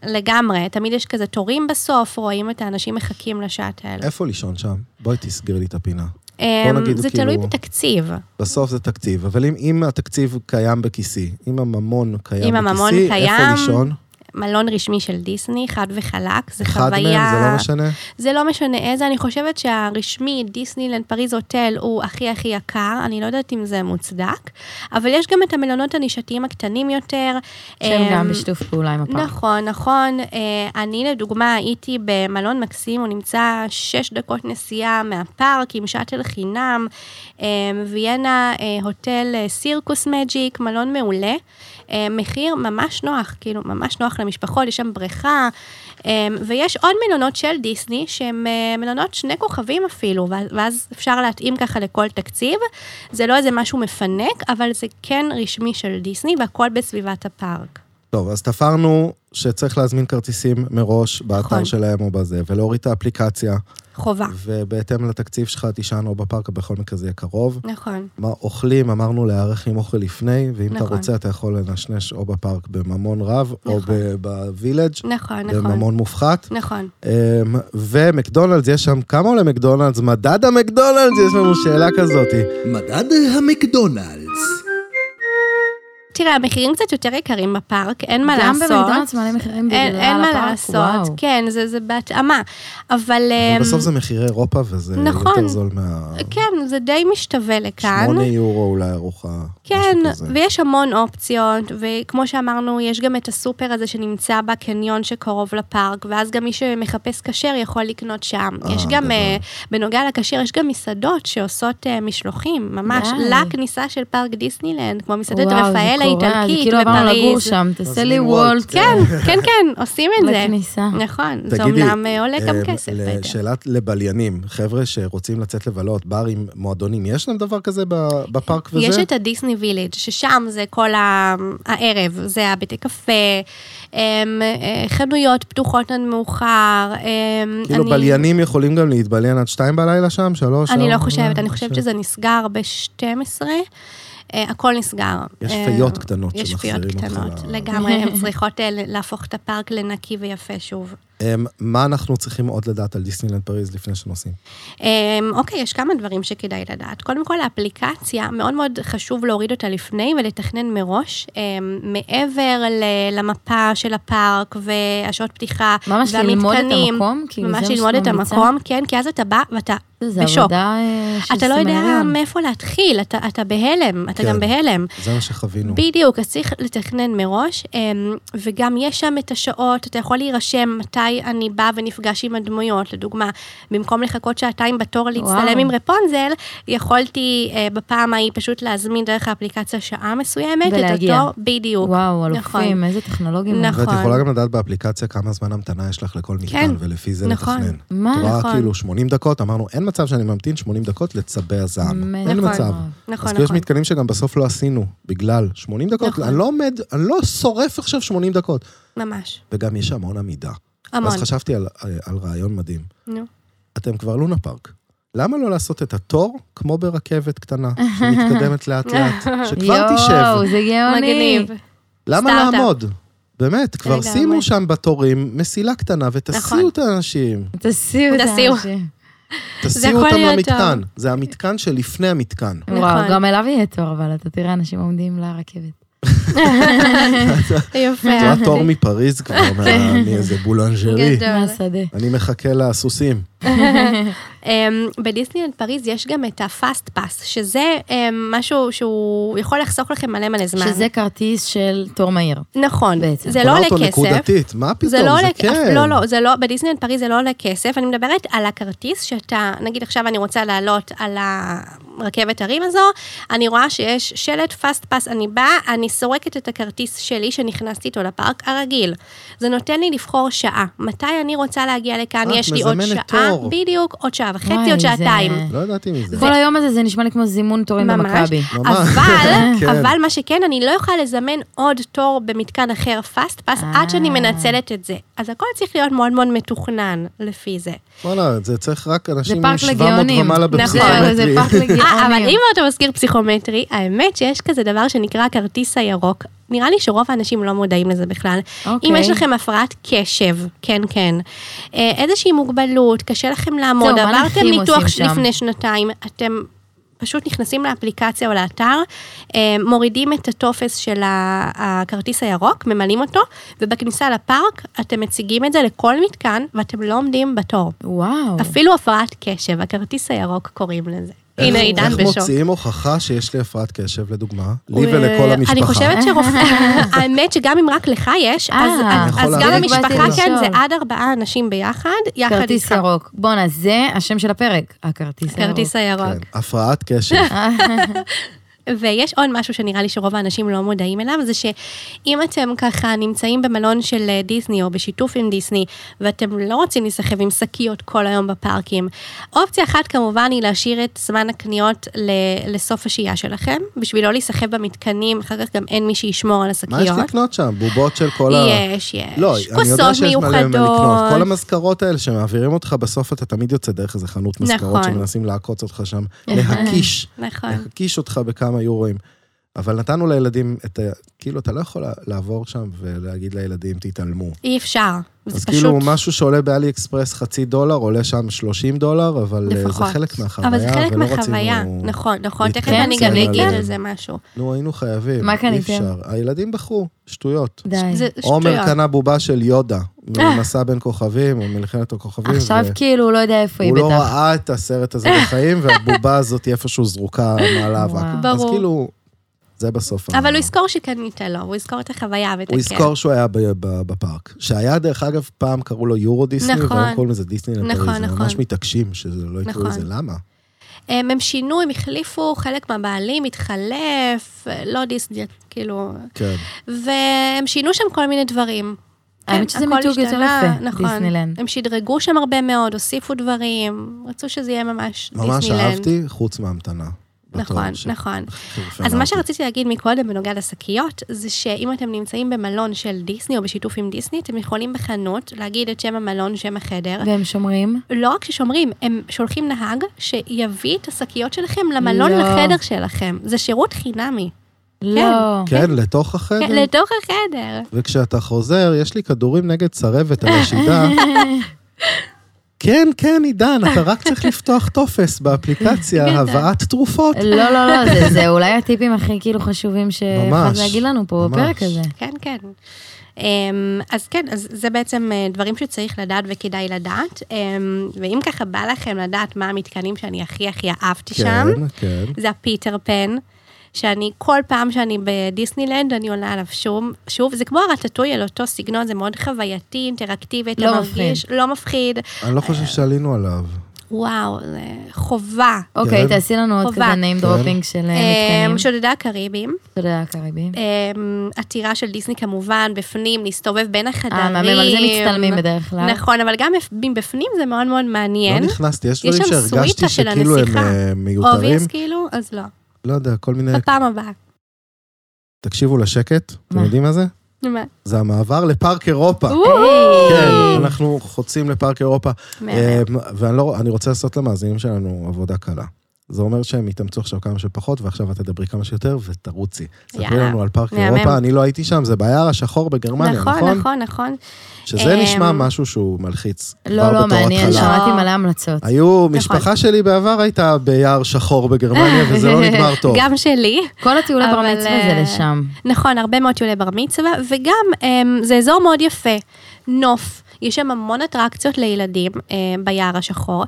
Speaker 2: אה, לגמרי, תמיד יש כזה תורים בסוף, רואים את האנשים מחכים לשאטל.
Speaker 1: איפה לישון שם? בואי תסגרי לי את הפינה.
Speaker 2: אה,
Speaker 1: נגיד,
Speaker 2: זה
Speaker 1: כאילו-
Speaker 2: תלוי בתקציב.
Speaker 1: בסוף זה תקציב, אבל אם, אם התקציב קיים בכיסי, אם הממון קיים
Speaker 2: אם
Speaker 1: בכיסי,
Speaker 2: הממון
Speaker 1: איפה
Speaker 2: קיים,
Speaker 1: לישון?
Speaker 2: מלון רשמי של דיסני, חד וחלק, זה
Speaker 1: אחד מהם,
Speaker 2: חוויה...
Speaker 1: זה לא משנה?
Speaker 2: זה לא משנה איזה, אני חושבת שהרשמי, דיסנילנד פריז הוטל, הוא הכי הכי יקר, אני לא יודעת אם זה מוצדק, אבל יש גם את המלונות הנישתיים הקטנים יותר.
Speaker 3: שהם
Speaker 2: אמ,
Speaker 3: גם בשיתוף פעולה עם הפארק.
Speaker 2: נכון, נכון. אה, אני לדוגמה הייתי במלון מקסים, הוא נמצא שש דקות נסיעה מהפארק עם שאטל חינם, אה, ויאנה אה, הוטל אה, סירקוס מג'יק, מלון מעולה. אה, מחיר ממש נוח, כאילו ממש נוח למשפחות, יש שם בריכה, אה, ויש עוד מלונות של דיסני שהם אה, מלונות שני כוכבים אפילו, ואז- ואז אפשר להתאים ככה לכל תקציב. זה לא איזה משהו מפנק, אבל זה כן רשמי של דיסני והכל בסביבת הפארק.
Speaker 1: טוב, אז תפרנו שצריך להזמין כרטיסים מראש באתר
Speaker 2: נכון.
Speaker 1: שלהם או בזה, ולהוריד את האפליקציה,
Speaker 2: חובה.
Speaker 1: ובהתאם לתקציב שלך תישן או בפארק, בכל מקרה זה יהיה קרוב.
Speaker 2: נכון.
Speaker 1: מה אוכלים, אמרנו להיערך עם אוכל לפני, ואם אתה
Speaker 2: נכון.
Speaker 1: רוצה אתה יכול לנשנש או בפארק בממון רב, או
Speaker 2: נכון.
Speaker 1: ב- בווילג',
Speaker 2: נכון, נכון.
Speaker 1: בממון מופחת.
Speaker 2: נכון.
Speaker 1: אמ, ומקדונלדס, יש שם, כמה עולה מקדונלדס? מדד המקדונלדס, יש לנו שאלה כזאת.
Speaker 4: מדד המקדונלדס.
Speaker 2: תראה, המחירים קצת יותר יקרים בפארק, אין מה
Speaker 3: גם
Speaker 2: לעשות.
Speaker 3: במקדונלדס מעלים מחירים בגלל
Speaker 2: אין,
Speaker 3: הפארק,
Speaker 2: אין מה לעשות,
Speaker 3: וואו.
Speaker 2: כן, זה, זה בהתאמה. אבל...
Speaker 1: אבל
Speaker 2: אמ,
Speaker 1: בסוף זה מחירי אירופה, וזה
Speaker 2: נכון.
Speaker 1: יותר זול מה...
Speaker 2: כן, זה די משתווה לכאן.
Speaker 1: 8 יורו אולי ארוחה.
Speaker 2: כן,
Speaker 1: משהו כזה.
Speaker 2: ויש המון אופציות, וכמו שאמרנו, יש גם את הסופר הזה שנמצא בקניון שקרוב לפארק, ואז גם מי שמחפש כשר יכול לקנות שם.
Speaker 1: אה,
Speaker 2: יש גם,
Speaker 1: גדול.
Speaker 2: אה, בנוגע לכשר, יש גם מסעדות שעושות אה, משלוחים, ממש,
Speaker 3: די.
Speaker 2: לכניסה של פארק דיסנילנד, כמו מסעדת
Speaker 3: וואו, זה
Speaker 2: רפאל
Speaker 3: קורה, זה
Speaker 2: האיטלקית
Speaker 3: כאילו עברנו לגור
Speaker 2: בפריז.
Speaker 3: שם, תעשה לי
Speaker 1: מזמין
Speaker 3: וולט.
Speaker 1: וולט.
Speaker 2: כן, כן, כן, עושים את זה.
Speaker 3: לכניסה.
Speaker 2: נכון, זה
Speaker 1: תגידי,
Speaker 2: אומנם אה, עולה גם
Speaker 1: אמ,
Speaker 2: כסף. אתה יודע.
Speaker 1: לשאלת לבליינים, חבר'ה שרוצים לצאת לבלות, ברים, מועדונים, יש להם דבר כזה ב- בפארק וזה?
Speaker 2: יש את הדיסני ויליג', ששם זה כל ה- הערב, זה הבתי קפה, אמ, אה, חנויות פתוחות עד מאוחר. אמ,
Speaker 1: כאילו
Speaker 2: אני-
Speaker 1: בליינים יכולים גם להתבליין עד שתיים בלילה שם, שלוש?
Speaker 2: אני לא
Speaker 1: ארבע,
Speaker 2: חושבת, אני
Speaker 1: שש.
Speaker 2: חושבת שזה נסגר ב-12. הכל נסגר.
Speaker 1: יש
Speaker 2: אה,
Speaker 1: פיות קטנות
Speaker 2: יש
Speaker 1: שמחזירים
Speaker 2: פיות
Speaker 1: אותך
Speaker 2: קטנות,
Speaker 1: ל-
Speaker 2: לגמרי, הן צריכות אה, להפוך את הפארק לנקי ויפה שוב.
Speaker 1: אמ, מה אנחנו צריכים עוד לדעת על דיסנילנד פריז לפני שנוסעים?
Speaker 2: אמ, אוקיי, יש כמה דברים שכדאי לדעת. קודם כל, האפליקציה, מאוד מאוד חשוב להוריד אותה לפני ולתכנן מראש, אמ, מעבר ל- למפה של הפארק והשעות פתיחה
Speaker 3: ממש ללמוד את המקום, כאילו זה
Speaker 2: ממש
Speaker 3: מה
Speaker 2: ללמוד את
Speaker 3: שאת ממליצה?
Speaker 2: המקום, כן, כי אז אתה בא ואתה
Speaker 3: זה
Speaker 2: בשוק.
Speaker 3: עבודה אה, של
Speaker 2: אתה לא יודע
Speaker 3: סמינריון.
Speaker 2: מאיפה להתחיל, אתה, אתה בהלם, אתה
Speaker 1: כן.
Speaker 2: גם בהלם.
Speaker 1: זה מה שחווינו.
Speaker 2: בדיוק, אז צריך לתכנן מראש, אמ, וגם יש שם את השעות, אתה יכול להירשם מתי אני באה ונפגש עם הדמויות. לדוגמה, במקום לחכות שעתיים בתור להצטלם
Speaker 3: וואו.
Speaker 2: עם רפונזל, יכולתי אה, בפעם ההיא פשוט להזמין דרך האפליקציה שעה מסוימת,
Speaker 3: ולהגיע.
Speaker 2: את אותו, בדיוק.
Speaker 3: וואו, אלופים,
Speaker 2: נכון.
Speaker 3: איזה טכנולוגים. הם.
Speaker 2: נכון.
Speaker 1: ואת יכולה גם לדעת באפליקציה כמה זמן המתנה יש לך לכל
Speaker 2: כן,
Speaker 1: מתקן, ולפי זה
Speaker 2: נכון.
Speaker 1: לתכנן.
Speaker 3: מה?
Speaker 1: את רואה
Speaker 2: נכון.
Speaker 1: כאילו 80 דקות, אמרנו, אין מצב שאני ממתין 80 דקות לצבע זעם. אין
Speaker 3: נכון.
Speaker 1: מצב.
Speaker 2: נכון,
Speaker 1: אז
Speaker 2: נכון.
Speaker 1: כאילו יש מתקנים שגם בסוף לא עשינו, בגלל 80 דקות,
Speaker 2: נכון.
Speaker 1: אני לא עומד, אני לא שורף עכשיו 80 דקות.
Speaker 2: ממש,
Speaker 1: וגם יש המון עמידה.
Speaker 2: המון.
Speaker 1: אז חשבתי על, אה, על רעיון מדהים.
Speaker 2: נו.
Speaker 1: אתם כבר לונה פארק. למה לא לעשות את התור כמו ברכבת קטנה, שמתקדמת לאט-לאט, שכבר תשב?
Speaker 3: יואו, זה גאוני.
Speaker 2: מגניב.
Speaker 1: למה
Speaker 2: סטארט-אפ.
Speaker 1: לעמוד? באמת, כבר
Speaker 2: לגמרי.
Speaker 1: שימו שם בתורים מסילה קטנה ותסיעו
Speaker 2: נכון.
Speaker 1: את האנשים.
Speaker 3: תסיעו את
Speaker 2: תסיעו.
Speaker 3: האנשים.
Speaker 1: תסיעו
Speaker 2: יכול
Speaker 1: אותם
Speaker 2: להיות
Speaker 1: למתקן. זה המתקן שלפני המתקן.
Speaker 3: וואו,
Speaker 2: נכון.
Speaker 3: גם אליו יהיה תור, אבל אתה תראה אנשים עומדים לרכבת.
Speaker 2: יפה.
Speaker 1: זה התור מפריז כבר, מה- מאיזה בולנג'רי.
Speaker 2: גדול.
Speaker 3: מהשדה.
Speaker 1: אני מחכה לסוסים.
Speaker 2: אמ, בדיסנילנד פריז יש גם את הפאסט פאס, שזה אמ, משהו שהוא יכול לחסוך לכם מלא מלא זמן.
Speaker 3: שזה כרטיס של תור מהיר.
Speaker 2: נכון,
Speaker 3: בעצם.
Speaker 2: זה לא עולה
Speaker 1: קונה אותו
Speaker 2: כסף.
Speaker 1: נקודתית, מה פתאום,
Speaker 2: זה
Speaker 1: זה
Speaker 2: לא עולה,
Speaker 1: כן.
Speaker 2: לא, לא, זה לא, בדיסנילנד פריז זה לא עולה כסף, אני מדברת על הכרטיס שאתה, נגיד עכשיו אני רוצה לעלות על הרכבת הרים הזו, אני רואה שיש שלט פאסט פאס, אני באה, אני סורקת את הכרטיס שלי שנכנסתי איתו לפארק הרגיל. זה נותן לי לבחור שעה, מתי אני רוצה להגיע לכאן,
Speaker 1: אה, את
Speaker 2: יש לי עוד
Speaker 1: מזמנת
Speaker 2: שעה,
Speaker 1: תור.
Speaker 2: בדיוק, עוד שעה וחצי,
Speaker 3: וואי,
Speaker 2: עוד
Speaker 3: זה-
Speaker 2: שעתיים.
Speaker 1: לא ידעתי מזה.
Speaker 3: כל היום הזה זה נשמע לי כמו זימון תורים
Speaker 2: ממש.
Speaker 3: במכבי.
Speaker 1: ממש.
Speaker 2: אבל,
Speaker 1: כן.
Speaker 2: אבל מה שכן, אני לא יכולה לזמן עוד תור במתקן אחר פאסט פאס
Speaker 3: אה.
Speaker 2: עד שאני מנצלת את זה. אז הכל צריך להיות מאוד מאוד מתוכנן לפי זה.
Speaker 1: וואלה, זה צריך רק אנשים עם
Speaker 3: פארק
Speaker 1: 700
Speaker 3: לגאונים.
Speaker 1: ומעלה
Speaker 2: נכון.
Speaker 1: בפסיכומטרי.
Speaker 3: זה פארק לגאונים.
Speaker 2: אה, אבל אם אתה מזכיר פסיכומטרי, האמת שיש כזה דבר שנקרא הכרטיס הירוק. נראה לי שרוב האנשים לא מודעים לזה בכלל.
Speaker 3: אוקיי.
Speaker 2: אם יש לכם הפרעת קשב, כן, כן, אה, איזושהי מוגבלות, קשה לכם
Speaker 3: זהו,
Speaker 2: לעמוד,
Speaker 3: מה
Speaker 2: עברתם
Speaker 3: נכים
Speaker 2: ניתוח
Speaker 3: עושים שם?
Speaker 2: לפני שנתיים, אתם פשוט נכנסים לאפליקציה או לאתר, אה, מורידים את הטופס של ה- הכרטיס הירוק, ממלאים אותו, ובכניסה לפארק אתם מציגים את זה לכל מתקן, ואתם לא עומדים בתור.
Speaker 3: וואו.
Speaker 2: אפילו הפרעת קשב, הכרטיס הירוק קוראים לזה.
Speaker 1: איך-
Speaker 2: הנה עידן
Speaker 1: איך
Speaker 2: בשוק.
Speaker 1: מוציאים הוכחה שיש לי הפרעת קשב, לדוגמה? לי
Speaker 2: אה,
Speaker 1: ולכל המשפחה.
Speaker 2: אני חושבת שרופא, האמת שגם אם רק לך יש, אז-
Speaker 3: אה,
Speaker 2: אז-
Speaker 1: יכול
Speaker 2: אז גם
Speaker 1: להגיד.
Speaker 2: המשפחה,
Speaker 1: באתי
Speaker 2: כן, זה
Speaker 3: לשאול.
Speaker 2: עד ארבעה אנשים ביחד, יחד
Speaker 3: כרטיס
Speaker 2: איתך.
Speaker 3: ירוק. בואנה, זה השם של הפרק. הכרטיס הירוק.
Speaker 2: כרטיס הירוק.
Speaker 1: כן, הפרעת קשב.
Speaker 2: ויש עוד משהו שנראה לי שרוב האנשים לא מודעים אליו, זה שאם אתם ככה נמצאים במלון של אה, דיסני או בשיתוף עם דיסני, ואתם לא רוצים להיסחב עם שקיות כל היום בפארקים, אופציה אחת כמובן היא להשאיר את זמן הקניות ל- לסוף השהייה שלכם, בשביל לא להיסחב במתקנים, אחר כך גם אין מי שישמור על
Speaker 1: מה יש
Speaker 2: השקיות.
Speaker 1: לקנות שם? בובות של כל ה...
Speaker 2: יש, יש.
Speaker 1: לא, אני יודע
Speaker 2: כוסות
Speaker 1: שיש מלא מה לקנות. כל
Speaker 2: מיוחדות.
Speaker 1: המזכרות האלה שמעבירים אותך, בסוף אתה תמיד יוצא דרך איזה חנות מזכרות
Speaker 2: נכון.
Speaker 1: שמנסים לעקוץ אותך שם, להקיש,
Speaker 2: נכון.
Speaker 1: להקיש אותך בכמה יורואים. אבל נתנו לילדים את ה... כאילו, אתה לא יכול לעבור שם ולהגיד לילדים, תתעלמו.
Speaker 2: אי אפשר. זה
Speaker 1: אז
Speaker 2: פשוט...
Speaker 1: כאילו, משהו שעולה באלי אקספרס חצי דולר, עולה שם 30 דולר, אבל אה, זה
Speaker 2: לפחות.
Speaker 1: חלק מהחוויה,
Speaker 2: אבל זה חלק
Speaker 1: ולא
Speaker 2: מהחוויה,
Speaker 1: רצינו...
Speaker 2: נכון, נכון, תכף
Speaker 1: להתפרץ
Speaker 2: אני גם
Speaker 1: על
Speaker 2: אגיד
Speaker 1: זה.
Speaker 2: על זה משהו.
Speaker 1: נו, היינו חייבים.
Speaker 3: מה קניתם?
Speaker 1: אי אפשר. הילדים בחרו, שטויות.
Speaker 3: די.
Speaker 2: זה
Speaker 1: עומר
Speaker 2: שטויות. אה.
Speaker 1: קנה בובה של יודה, ממסע בין כוכבים, או מלחמת הכוכבים.
Speaker 3: עכשיו
Speaker 1: ו-
Speaker 3: כאילו, הוא לא יודע איפה היא
Speaker 1: הוא לא
Speaker 3: בטח.
Speaker 1: ראה את הסרט הזה בחיים, והבובה הזאת היא איפשהו זרוקה מעל האבק.
Speaker 3: וואו.
Speaker 1: אז
Speaker 2: ברור.
Speaker 1: כאילו, זה בסוף. ה-
Speaker 2: אבל הוא יזכור כן. שקנית לו, הוא יזכור את החוויה ואת הכיף.
Speaker 1: הוא יזכור שהוא היה ב- ב- בפארק. שהיה, דרך אגב, פעם קראו לו יורו דיסני,
Speaker 2: נכון.
Speaker 1: והיום קוראים לזה דיסני לפריז.
Speaker 2: נכון,
Speaker 1: הם ממש
Speaker 2: נכון.
Speaker 1: מתעקשים שזה לא יקראו
Speaker 2: נכון.
Speaker 1: לזה, למה?
Speaker 2: הם, הם שינו, הם החליפו, חלק מהבעלים התחלף, לא דיסני, כאילו...
Speaker 1: כן.
Speaker 2: והם שינו שם כל מיני דברים.
Speaker 3: האמת שזה
Speaker 2: הכל
Speaker 3: מיתוג יותר
Speaker 2: השתנה,
Speaker 3: יפה,
Speaker 2: נכון.
Speaker 3: דיסנילנד.
Speaker 2: הם שדרגו שם הרבה מאוד, הוסיפו דברים, רצו שזה יהיה ממש דיסנילנד.
Speaker 1: ממש אהבתי, חוץ מההמתנה.
Speaker 2: נכון,
Speaker 1: בתור
Speaker 2: נכון.
Speaker 1: ש-
Speaker 2: אז מה שרציתי להגיד מקודם בנוגע לשקיות, זה שאם אתם נמצאים במלון של דיסני או בשיתוף עם דיסני, אתם יכולים בחנות להגיד את שם המלון, שם החדר.
Speaker 3: והם שומרים?
Speaker 2: לא רק ששומרים, הם שולחים נהג שיביא את השקיות שלכם למלון
Speaker 3: לא.
Speaker 2: לחדר שלכם. זה שירות חינמי.
Speaker 3: לא.
Speaker 1: כן, לתוך החדר.
Speaker 2: כן, לתוך החדר.
Speaker 1: וכשאתה חוזר, יש לי כדורים נגד צרבת על השידה. כן, כן, עידן, אתה רק צריך לפתוח טופס באפליקציה, הבאת
Speaker 2: אה,
Speaker 1: תרופות.
Speaker 3: לא, לא, לא, זה- זה אולי הטיפים הכי כאילו חשובים שיכולת
Speaker 1: ממש,
Speaker 3: להגיד לנו פה
Speaker 1: ממש.
Speaker 3: בפרק הזה.
Speaker 2: כן, כן. אמ, אז כן, אז זה בעצם אה, דברים שצריך לדעת וכדאי לדעת. אמ, ואם ככה בא לכם לדעת מה המתקנים שאני הכי הכי אהבתי שם,
Speaker 1: כן, כן.
Speaker 2: זה הפיטר פן, שאני כל פעם שאני בדיסנילנד, אני עולה עליו שוב, שוב, זה כמו הרטטוי על אותו סגנון, זה מאוד חווייתי, אינטראקטיבי, אתה
Speaker 3: לא
Speaker 2: מרגיש, לא מפחיד.
Speaker 1: אני לא חושב שעלינו עליו.
Speaker 2: וואו, זה חובה.
Speaker 3: אוקיי,
Speaker 1: כן.
Speaker 3: תעשי לנו עוד
Speaker 2: חובה. אה,
Speaker 3: כזה name dropping של אה,
Speaker 2: אמ,
Speaker 3: מתקנים.
Speaker 2: שודדי הקריבים,
Speaker 3: תודה, קריבי.
Speaker 2: אמ, עתירה של דיסני כמובן, בפנים, להסתובב בין החדרים.
Speaker 3: אה, מהמם, על זה מצטלמים בדרך כלל.
Speaker 2: נכון, אבל גם בפ- מבפנים זה מאוד מאוד
Speaker 1: לא
Speaker 2: מעניין.
Speaker 1: נכנסתי, יש
Speaker 2: כן? יש
Speaker 1: דברים
Speaker 2: שם
Speaker 1: שהרגשתי
Speaker 2: סוויטה של
Speaker 1: שכאילו הם
Speaker 2: הנסיכה.
Speaker 1: אה, מיותרים.
Speaker 2: אובייס כאילו, אז לא.
Speaker 1: לא יודע, כל מיני...
Speaker 2: בפעם הבאה.
Speaker 1: תקשיבו לשקט, אתם
Speaker 3: מה?
Speaker 1: יודעים מה זה?
Speaker 2: מה?
Speaker 1: זה המעבר לפארק אירופה.
Speaker 2: וואו.
Speaker 1: כן, אנחנו חוצים לפארק אירופה.
Speaker 2: מהמם.
Speaker 1: אה, ואני לא, אני רוצה לעשות למאזינים שלנו עבודה קלה. זה אומר שהם יתאמצו עכשיו כמה שפחות, ועכשיו את תדברי כמה שיותר ותרוצי. ספרי
Speaker 2: יאללה,
Speaker 1: לנו על פארק
Speaker 2: מהמם.
Speaker 1: אירופה, אני לא הייתי שם, זה ביער השחור בגרמניה, נכון?
Speaker 2: נכון, נכון, נכון.
Speaker 1: שזה
Speaker 2: אמ,
Speaker 1: נשמע משהו שהוא מלחיץ.
Speaker 3: לא,
Speaker 1: כבר בתור
Speaker 3: לא, מעניין,
Speaker 1: התחלה. אה.
Speaker 3: שמעתי מלא המלצות.
Speaker 1: היו,
Speaker 2: נכון.
Speaker 1: משפחה שלי בעבר הייתה ביער שחור בגרמניה, וזה לא נגמר טוב.
Speaker 2: גם שלי.
Speaker 3: כל הטיולי בר
Speaker 2: אבל,
Speaker 3: מצווה זה
Speaker 2: אה,
Speaker 3: לשם.
Speaker 2: נכון, הרבה מאוד טיולי בר מצווה, וגם אמ, זה אזור מאוד יפה, נוף. יש שם המון אטרקציות לילדים אמ, ביער השחור,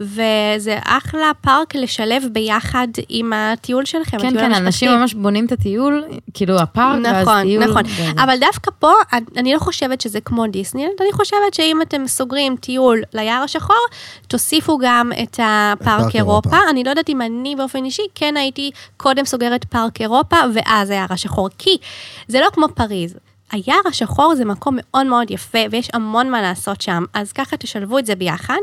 Speaker 2: וזה אחלה פארק לשלב ביחד עם הטיול שלכם,
Speaker 3: כן,
Speaker 2: הטיול
Speaker 3: כן,
Speaker 2: המשפחתי.
Speaker 3: אנשים ממש בונים את הטיול, כאילו הפארק, ואז
Speaker 2: נכון,
Speaker 3: טיול.
Speaker 2: נכון.
Speaker 3: וזה.
Speaker 2: אבל דווקא פה, אני- אני לא חושבת שזה כמו דיסנילנד, אני חושבת שאם אתם סוגרים טיול ליער השחור, תוסיפו גם את הפארק
Speaker 1: פארק אירופה.
Speaker 2: אירופה. אני לא יודעת אם אני באופן אישי, כן הייתי קודם סוגרת פארק אירופה, ואז היער השחור, כי זה לא כמו פריז. היער השחור זה מקום מאוד מאוד יפה, ויש המון מה לעשות שם, אז ככה תשלבו את זה ביחד.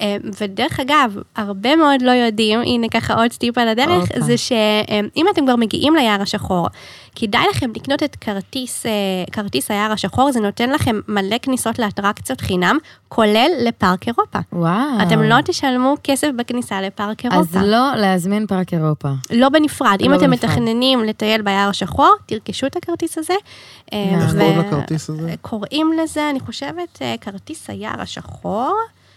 Speaker 2: אה, ודרך אגב, הרבה מאוד לא יודעים, הנה ככה עוד טיפ על הדרך,
Speaker 3: אוקיי.
Speaker 2: זה שאם אתם כבר מגיעים ליער השחור, כדאי לכם לקנות את כרטיס, אה, כרטיס היער השחור, זה נותן לכם מלא כניסות לאטרקציות חינם, כולל לפארק אירופה.
Speaker 3: וואו.
Speaker 2: אתם לא תשלמו כסף בכניסה לפארק אירופה.
Speaker 3: אה. אז לא להזמין פארק אירופה.
Speaker 2: לא בנפרד. אם
Speaker 3: לא
Speaker 2: אתם
Speaker 3: בנפרד.
Speaker 2: מתכננים לטייל ביער השחור, תרכשו את הכרטיס הזה. אה,
Speaker 1: איך
Speaker 3: נכון.
Speaker 2: ו-
Speaker 1: קוראים לכרטיס הזה?
Speaker 2: קוראים לזה, אני חושבת, אה, כרטיס היער השחור.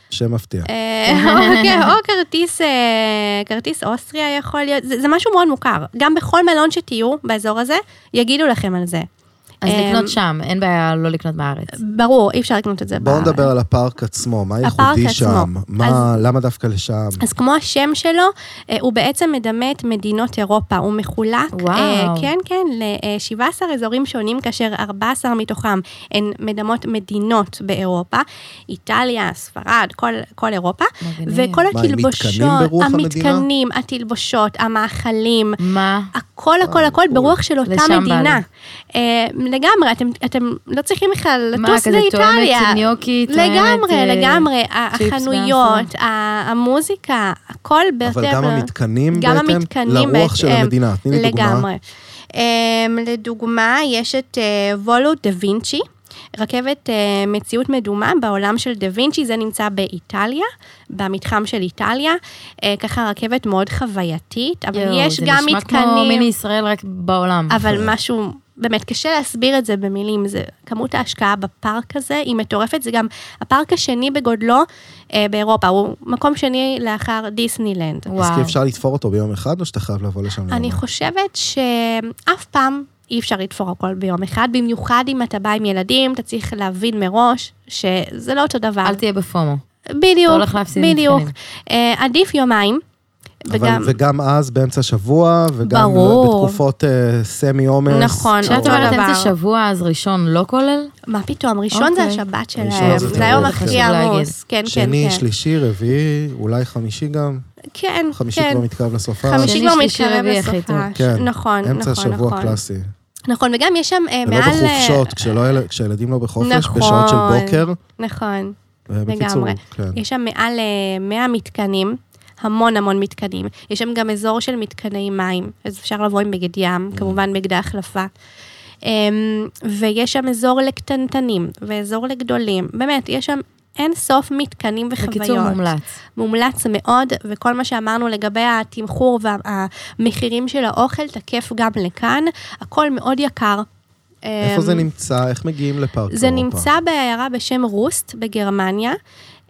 Speaker 1: שם מפתיע.
Speaker 2: אה, אוקיי, או כרטיס, אה, כרטיס אוסטריה יכול להיות, זה זה משהו מאוד מוכר. גם בכל מלון שתהיו באזור הזה, יגידו לכם על זה.
Speaker 3: אז
Speaker 2: אמ,
Speaker 3: לקנות שם, אין בעיה לא לקנות בארץ.
Speaker 2: ברור, אי אפשר לקנות את זה.
Speaker 1: בואו
Speaker 2: בארץ.
Speaker 1: נדבר על הפארק עצמו, מה
Speaker 2: אה. הפארק
Speaker 1: ייחודי
Speaker 2: עצמו.
Speaker 1: שם? מה, למה דווקא לשם?
Speaker 2: אז כמו השם שלו, אה, הוא בעצם מדמה את מדינות אירופה, הוא מחולק,
Speaker 3: וואו.
Speaker 2: אה, כן, כן, ל-17 אזורים שונים, כאשר 14 מתוכם הן מדמות מדינות באירופה, איטליה, ספרד, כל, כל אירופה,
Speaker 3: מגניב.
Speaker 2: וכל
Speaker 1: מה, עם מתקנים
Speaker 2: התלבושות,
Speaker 1: ברוח המדינה?
Speaker 2: המתקנים, התלבושות, המאכלים,
Speaker 3: מה?
Speaker 2: הכל הכל
Speaker 1: וואו,
Speaker 2: הכל ברוח של אותה
Speaker 3: לשם בא
Speaker 2: מדינה.
Speaker 3: לי.
Speaker 2: אה, לגמרי, אתם, אתם לא צריכים בכלל
Speaker 3: מה,
Speaker 2: לטוס
Speaker 3: כזה תואמת
Speaker 2: לאיטליה.
Speaker 3: ניוקי, תואמת, אה,
Speaker 2: לגמרי, לגמרי.
Speaker 3: צ'יפס
Speaker 2: החנויות, ה- המוזיקה, הכל בהתאם.
Speaker 1: אבל גם
Speaker 2: ל-
Speaker 1: המתקנים
Speaker 2: גם
Speaker 1: בהתאם
Speaker 2: המתקנים
Speaker 1: לרוח של
Speaker 2: בהתאם.
Speaker 1: המדינה. תני לי דוגמה.
Speaker 2: לגמרי. אמ, לדוגמה, יש את אה, וולו דה וינצ'י. רכבת אה, מציאות מדומה בעולם של דה וינצ'י, זה נמצא באיטליה, במתחם של איטליה. אה, ככה רכבת מאוד חווייתית, אבל
Speaker 3: יואו,
Speaker 2: יש גם מתקנים...
Speaker 3: זה נשמע כמו מיני נכון. ישראל רק בעולם.
Speaker 2: אבל משהו, באמת קשה להסביר את זה במילים, זה כמות ההשקעה בפארק הזה היא מטורפת, זה גם הפארק השני בגודלו אה, באירופה, הוא מקום שני לאחר דיסנילנד.
Speaker 1: אז
Speaker 3: וואו.
Speaker 1: כי אפשר לתפור אותו ביום אחד, או שאתה חייב לבוא לשם?
Speaker 2: אני
Speaker 1: ליום?
Speaker 2: חושבת שאף פעם אי אפשר לתפור הכל ביום אחד, במיוחד אם אתה בא עם ילדים, אתה צריך להבין מראש שזה לא אותו דבר.
Speaker 3: אל תהיה
Speaker 2: כן,
Speaker 3: בפומו.
Speaker 2: בדיוק,
Speaker 3: אתה הולך להפסיד
Speaker 2: בדיוק.
Speaker 3: מתקנים.
Speaker 2: אה, עדיף יומיים. וגם,
Speaker 1: אבל, וגם אז, באמצע השבוע, וגם
Speaker 2: ברור.
Speaker 1: בתקופות אה, סמי עומס.
Speaker 2: נכון,
Speaker 1: או-
Speaker 2: אותו
Speaker 3: כשאת אומרת
Speaker 2: דבר.
Speaker 3: אמצע שבוע, אז ראשון לא כולל?
Speaker 2: מה פתאום, ראשון זה
Speaker 3: אוקיי.
Speaker 2: השבת
Speaker 1: ראשון
Speaker 2: שלהם,
Speaker 1: זה
Speaker 2: זה היום
Speaker 1: טירוף,
Speaker 2: הכי
Speaker 1: כן.
Speaker 2: עמוס. כן, כן, כן.
Speaker 1: שני, שלישי, רביעי, אולי חמישי גם.
Speaker 2: כן,
Speaker 1: חמישי
Speaker 2: כן.
Speaker 1: כבר מתקרב לסופה.
Speaker 2: חמישי
Speaker 3: שני,
Speaker 2: כבר
Speaker 3: שלישי,
Speaker 2: מתקרב
Speaker 3: רביעי הכי
Speaker 2: לסופה.
Speaker 3: טוב.
Speaker 1: כן.
Speaker 2: נכון, נכון,
Speaker 1: אמצע השבוע
Speaker 2: נכון.
Speaker 1: קלאסי.
Speaker 2: נכון, וגם יש שם אה,
Speaker 1: ולא
Speaker 2: מעל... אה,
Speaker 1: בחופשות, כשלא ילד- כשילדים לא בחופש,
Speaker 2: נכון.
Speaker 1: בשעות של בוקר.
Speaker 2: נכון.
Speaker 1: בקיצור,
Speaker 2: לגמרי.
Speaker 1: כן.
Speaker 2: יש שם מעל אה, 100 מתקנים, המון המון מתקנים. יש שם גם אזור של מתקני מים, אז אפשר לבוא עם בגד ים,
Speaker 1: Mm.
Speaker 2: כמובן בגדי החלפה. אמ, ויש שם אזור לקטנטנים, ואזור לגדולים. באמת, יש שם אין סוף מתקנים וחוויות.
Speaker 3: בקיצור, מומלץ.
Speaker 2: מומלץ מאוד, וכל מה שאמרנו לגבי התמחור והמחירים של האוכל תקף גם לכאן. הכל מאוד יקר.
Speaker 1: איפה זה
Speaker 2: אמ,
Speaker 1: נמצא? איך מגיעים לפארק אירופה?
Speaker 2: זה נמצא בעיירה בשם רוסט בגרמניה,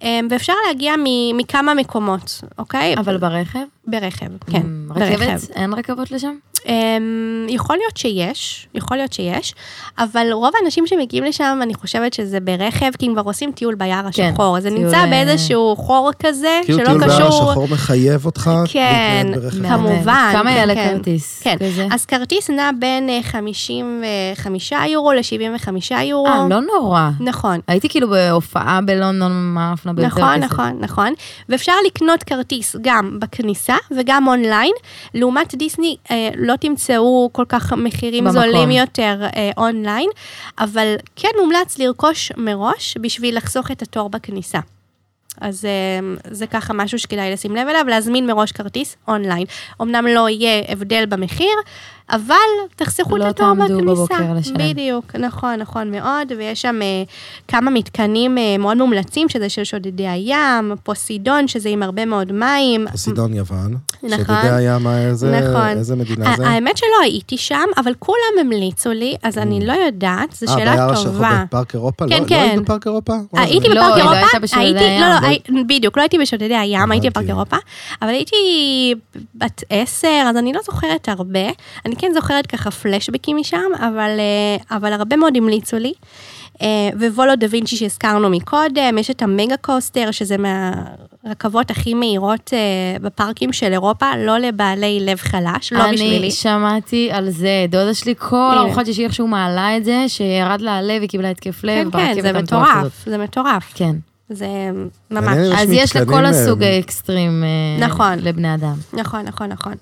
Speaker 2: אמ, ואפשר להגיע מ- מכמה מקומות, אוקיי?
Speaker 3: אבל ברכב?
Speaker 2: ברכב, כן,
Speaker 3: אמ,
Speaker 2: ברכב.
Speaker 3: רכבת? אין רכבות לשם?
Speaker 2: אמ, יכול להיות שיש, יכול להיות שיש, אבל רוב האנשים שמגיעים לשם, אני חושבת שזה ברכב, כי הם כבר עושים טיול ביער
Speaker 3: כן,
Speaker 2: השחור, אז זה
Speaker 3: טיול,
Speaker 2: נמצא
Speaker 3: אה,
Speaker 2: באיזשהו חור כזה,
Speaker 1: כאילו
Speaker 2: שלא
Speaker 1: טיול בהר
Speaker 2: קשור...
Speaker 1: השחור מחייב אותך?
Speaker 2: כן,
Speaker 1: להתנייד ברכב
Speaker 2: כמובן.
Speaker 1: פרטי?
Speaker 2: כמובן,
Speaker 3: כמה
Speaker 2: כן,
Speaker 3: יעלה
Speaker 2: כן.
Speaker 3: כרטיס?
Speaker 2: כן,
Speaker 3: כזה?
Speaker 2: אז כרטיס נע בין אה, 55 יורו ל-75 יורו.
Speaker 3: אה, לא נורא.
Speaker 2: נכון.
Speaker 3: הייתי כאילו בהופעה בלונדון, מה הפנה ביותר
Speaker 2: נכון,
Speaker 3: כסף.
Speaker 2: נכון, נכון. ואפשר לקנות כרטיס גם בכניסה וגם אונליין. לעומת דיסני, אה, לא תמצאו כל כך מחירים
Speaker 3: במקום.
Speaker 2: זולים יותר אה, אונליין, אבל כן מומלץ לרכוש מראש בשביל לחסוך את התור בכניסה. אז אה, זה ככה משהו שכדאי לשים לב אליו, להזמין מראש כרטיס אונליין. אמנם לא יהיה הבדל במחיר, אבל תחסכו את
Speaker 3: לא
Speaker 2: התור בכניסה.
Speaker 3: תעמדו בבוקר לשלם.
Speaker 2: בדיוק, נכון, נכון מאוד, ויש שם אה, כמה מתקנים אה, מאוד מומלצים, שזה של שודדי הים, פוסידון, שזה עם הרבה מאוד מים.
Speaker 1: פוסידון יוון.
Speaker 2: נכון.
Speaker 1: שודדי הים, אה, איזה,
Speaker 2: נכון.
Speaker 1: איזה מדינה
Speaker 2: ה-
Speaker 1: זה?
Speaker 2: האמת שלא הייתי שם, אבל כולם המליצו לי, אז אני לא יודעת, זו
Speaker 1: Mm. אה,
Speaker 2: שאלה
Speaker 1: ביער השחור
Speaker 2: טובה.
Speaker 1: בפארק אירופה?
Speaker 2: כן,
Speaker 1: לא,
Speaker 2: כן.
Speaker 1: לא היית בפארק אירופה?
Speaker 2: הייתי
Speaker 3: לא,
Speaker 2: בפארק
Speaker 3: היא לא
Speaker 2: אירופה,
Speaker 3: הייתה בשודדי
Speaker 2: הייתי,
Speaker 3: הים.
Speaker 2: לא, לא,
Speaker 3: לא.
Speaker 2: הי- בדיוק, לא הייתי בשודדי הים, הייתי בפארק
Speaker 1: הבנתי.
Speaker 2: אירופה, אבל הייתי בת עשר, אז אני לא זוכרת הרבה. אני כן זוכרת ככה פלשבקים משם, אבל, אה, אבל הרבה מאוד המליצו לי. אה, ווולו דה וינצ'י שהזכרנו מקודם, יש את המגה קוסטר, שזה מהרכבות הכי מהירות אה, בפארקים של אירופה, לא לבעלי לב חלש, לא בשבילי.
Speaker 3: אני שמעתי על זה, דודה שלי כל
Speaker 2: הנה.
Speaker 3: ארוחת שישי איכשהו מעלה את זה, שירד לה הלב, היא קיבלה התקף
Speaker 2: כן,
Speaker 3: לב,
Speaker 2: כן, זה
Speaker 3: ברכבת המטורפת הזאת.
Speaker 2: מטורף, זה מטורף.
Speaker 3: כן.
Speaker 2: זה ממש.
Speaker 1: מעניין אם
Speaker 3: אז יש
Speaker 1: מתקנים,
Speaker 3: לכל
Speaker 1: אה,
Speaker 3: הסוג האקסטרים, אה,
Speaker 2: נכון.
Speaker 3: לבני אדם.
Speaker 2: נכון, נכון, נכון.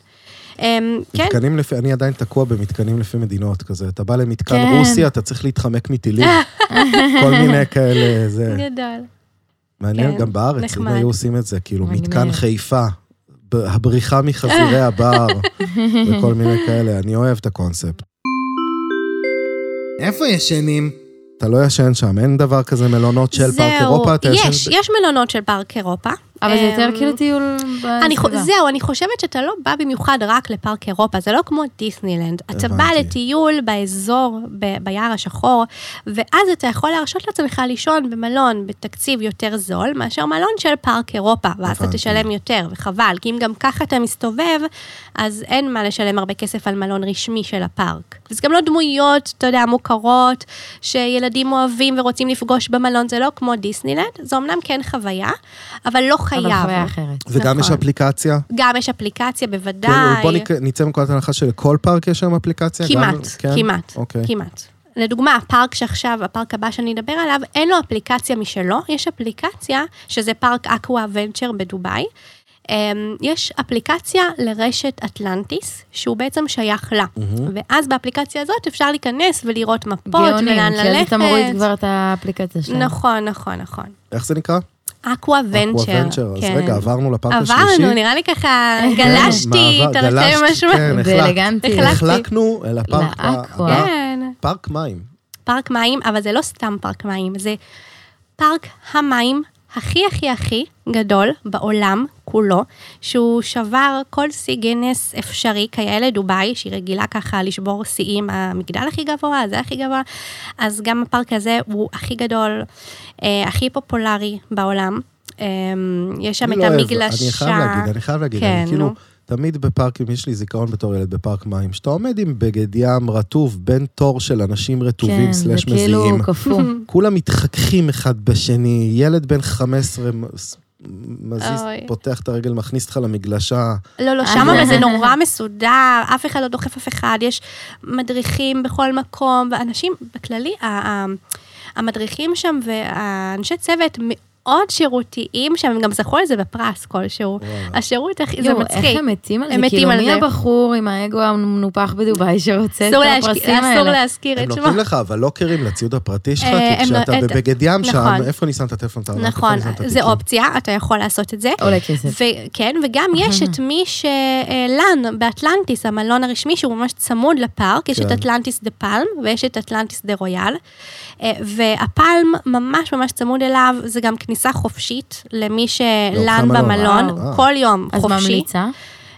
Speaker 2: אמ, כן,
Speaker 1: מתקנים לפי, אני עדיין תקוע במתקנים לפי מדינות כזה. אתה בא למתקן
Speaker 3: כן.
Speaker 1: רוסיה, אתה צריך להתחמק מטילים. כל מיני כאלה, זה.
Speaker 2: גדול.
Speaker 1: מעניין,
Speaker 2: כן,
Speaker 1: גם בארץ, אם
Speaker 2: נחמד.
Speaker 1: היו עושים את זה, כאילו,
Speaker 3: מגניב.
Speaker 1: מתקן חיפה, ב- הבריחה מחזירי הבר, וכל מיני כאלה, אני אוהב את הקונספט.
Speaker 4: איפה ישנים?
Speaker 1: אתה לא ישן שם, אין דבר כזה מלונות של פארק אירופה, אתה ישן...
Speaker 2: יש, יש מלונות של פארק אירופה.
Speaker 3: אבל זה יותר
Speaker 2: אמ,
Speaker 3: כאילו טיול
Speaker 2: אני, חו-
Speaker 3: בסביבה.
Speaker 2: זהו, אני חושבת שאתה לא בא במיוחד רק לפארק אירופה, זה לא כמו דיסנילנד. אתה בא
Speaker 1: הבנתי.
Speaker 2: לטיול באזור, ב- ביער השחור, ואז אתה יכול להרשות לעצמך לישון במלון בתקציב יותר זול, מאשר מלון של פארק אירופה, ואז אתה
Speaker 1: הבנתי.
Speaker 2: תשלם יותר, וחבל, כי אם גם ככה אתה מסתובב, אז אין מה לשלם הרבה כסף על מלון רשמי של הפארק. וזה גם לא דמויות, אתה יודע, מוכרות, שילדים אוהבים ורוצים לפגוש במלון, זה לא כמו דיסנילנד, זו אמנם כן חוויה, אבל לא חייב.
Speaker 3: אבל חוויה אחרת.
Speaker 1: וגם יש
Speaker 2: נכון.
Speaker 1: אפליקציה?
Speaker 2: גם יש אפליקציה,
Speaker 1: כאילו, בוא
Speaker 2: בוודאי.
Speaker 1: נק- נצא מנקודת הנחה שלכל פארק יש שם אפליקציה? גם-
Speaker 2: כמעט,
Speaker 1: כן?
Speaker 2: כמעט,
Speaker 1: אוקיי.
Speaker 2: כמעט. לדוגמה, הפארק שעכשיו, הפארק הבא שאני אדבר עליו, אין לו אפליקציה משלו, יש אפליקציה, שזה פארק אקווה ונצ'ר בדובאי. אמ, יש אפליקציה לרשת אטלנטיס, שהוא בעצם שייך לה. ואז באפליקציה הזאת אפשר להיכנס ולראות מפות,
Speaker 3: גאונים,
Speaker 2: ולאן
Speaker 3: כי אז
Speaker 2: ללכת.
Speaker 3: אתה מוריד כבר את האפליקציה שלהם.
Speaker 2: נכון, נכון, נכון.
Speaker 1: איך זה נקרא?
Speaker 2: אקווה ונצ'ר.
Speaker 1: אקוואוונצ'ר. אז רגע, עברנו לפארק השלישי. כן,
Speaker 2: עברנו, נראה לי ככה גלשתי,
Speaker 1: מעבר-
Speaker 2: אתה רוצה
Speaker 1: גלשת,
Speaker 2: משהו?
Speaker 1: כן,
Speaker 3: זה
Speaker 1: החלקת.
Speaker 3: אלגנטי.
Speaker 2: החלקתי.
Speaker 1: החלקנו אל הפארק.
Speaker 3: לאקווה.
Speaker 1: הבא.
Speaker 2: כן.
Speaker 1: פארק מים.
Speaker 2: פארק מים, אבל זה לא סתם פארק מים, זה פארק המים הכי הכי הכי גדול בעולם כולו, שהוא שבר כל שיא גינס אפשרי, כיאה לדובאי, שהיא רגילה ככה לשבור שיאים, המגדל הכי גבוה, זה הכי גבוה, אז גם הפארק הזה הוא הכי גדול, אה, הכי פופולרי בעולם. אה, יש שם
Speaker 1: אני
Speaker 2: את
Speaker 1: לא אוהב,
Speaker 2: המגלשה.
Speaker 1: אני חייב להגיד, אני חייב להגיד,
Speaker 2: כן,
Speaker 1: אני כאילו,
Speaker 2: נו.
Speaker 1: תמיד בפארקים, יש לי זיכרון בתור ילד בפארק מים, שאתה עומד עם בגד ים רטוב בין תור של אנשים
Speaker 2: כן,
Speaker 1: רטובים
Speaker 3: זה
Speaker 1: סלאש
Speaker 3: כאילו
Speaker 1: מזיעים.
Speaker 3: קפוא.
Speaker 1: כולם מתחככים אחד בשני, ילד בן 15 מ- מזיז,
Speaker 2: אוי.
Speaker 1: פותח את הרגל, מכניס אותך למגלשה.
Speaker 2: לא, לא, שם אבל זה נורא מסודר, אף אחד לא דוחף אף אחד, יש מדריכים בכל מקום, ואנשים, בכללי, ה- ה- המדריכים שם והאנשי צוות מאוד שירותיים שם, הם גם זכו על זה בפרס כלשהו. השירות, הכי- זה
Speaker 3: יואו, איך
Speaker 2: מצחיק.
Speaker 3: הם מתים על
Speaker 2: הם
Speaker 3: זה?
Speaker 2: מתים
Speaker 3: כאילו,
Speaker 2: על
Speaker 3: מי
Speaker 2: זה.
Speaker 3: הבחור עם האגו המנופח בדובאי שרוצה את
Speaker 2: אסור להשכ-
Speaker 3: הפרסים
Speaker 2: אסור
Speaker 3: האלה?
Speaker 2: להזכיר
Speaker 1: הם
Speaker 2: את שמו.
Speaker 1: נותנים לך אבל לוקרים לציוד הפרטי שלך,
Speaker 2: אה,
Speaker 1: כי
Speaker 2: הם
Speaker 1: כשאתה
Speaker 2: לא- את-
Speaker 1: בבגד ים שם,
Speaker 2: נכון.
Speaker 1: איפה אני שם את הטלפון? אתה אומר, איפה
Speaker 2: נכון,
Speaker 1: אני שם את
Speaker 2: זה
Speaker 1: התיקים?
Speaker 2: אופציה, אתה יכול לעשות את זה.
Speaker 3: עולה כסף.
Speaker 2: וכן, כן, וגם יש את מי שלן, באטלנטיס, המלון הרשמי, שהוא ממש צמוד לפארק, יש
Speaker 1: כן.
Speaker 2: את אטלנטיס דה פלם ויש את אטלנטיס דה רויאל, אה, והפלם ממש ממש צמוד אליו, זה גם כניסה חופשית למי שלן
Speaker 1: המלון. אה,
Speaker 2: במלון,
Speaker 1: וואו.
Speaker 2: כל יום
Speaker 3: אז
Speaker 2: חופשי.
Speaker 3: ממליצה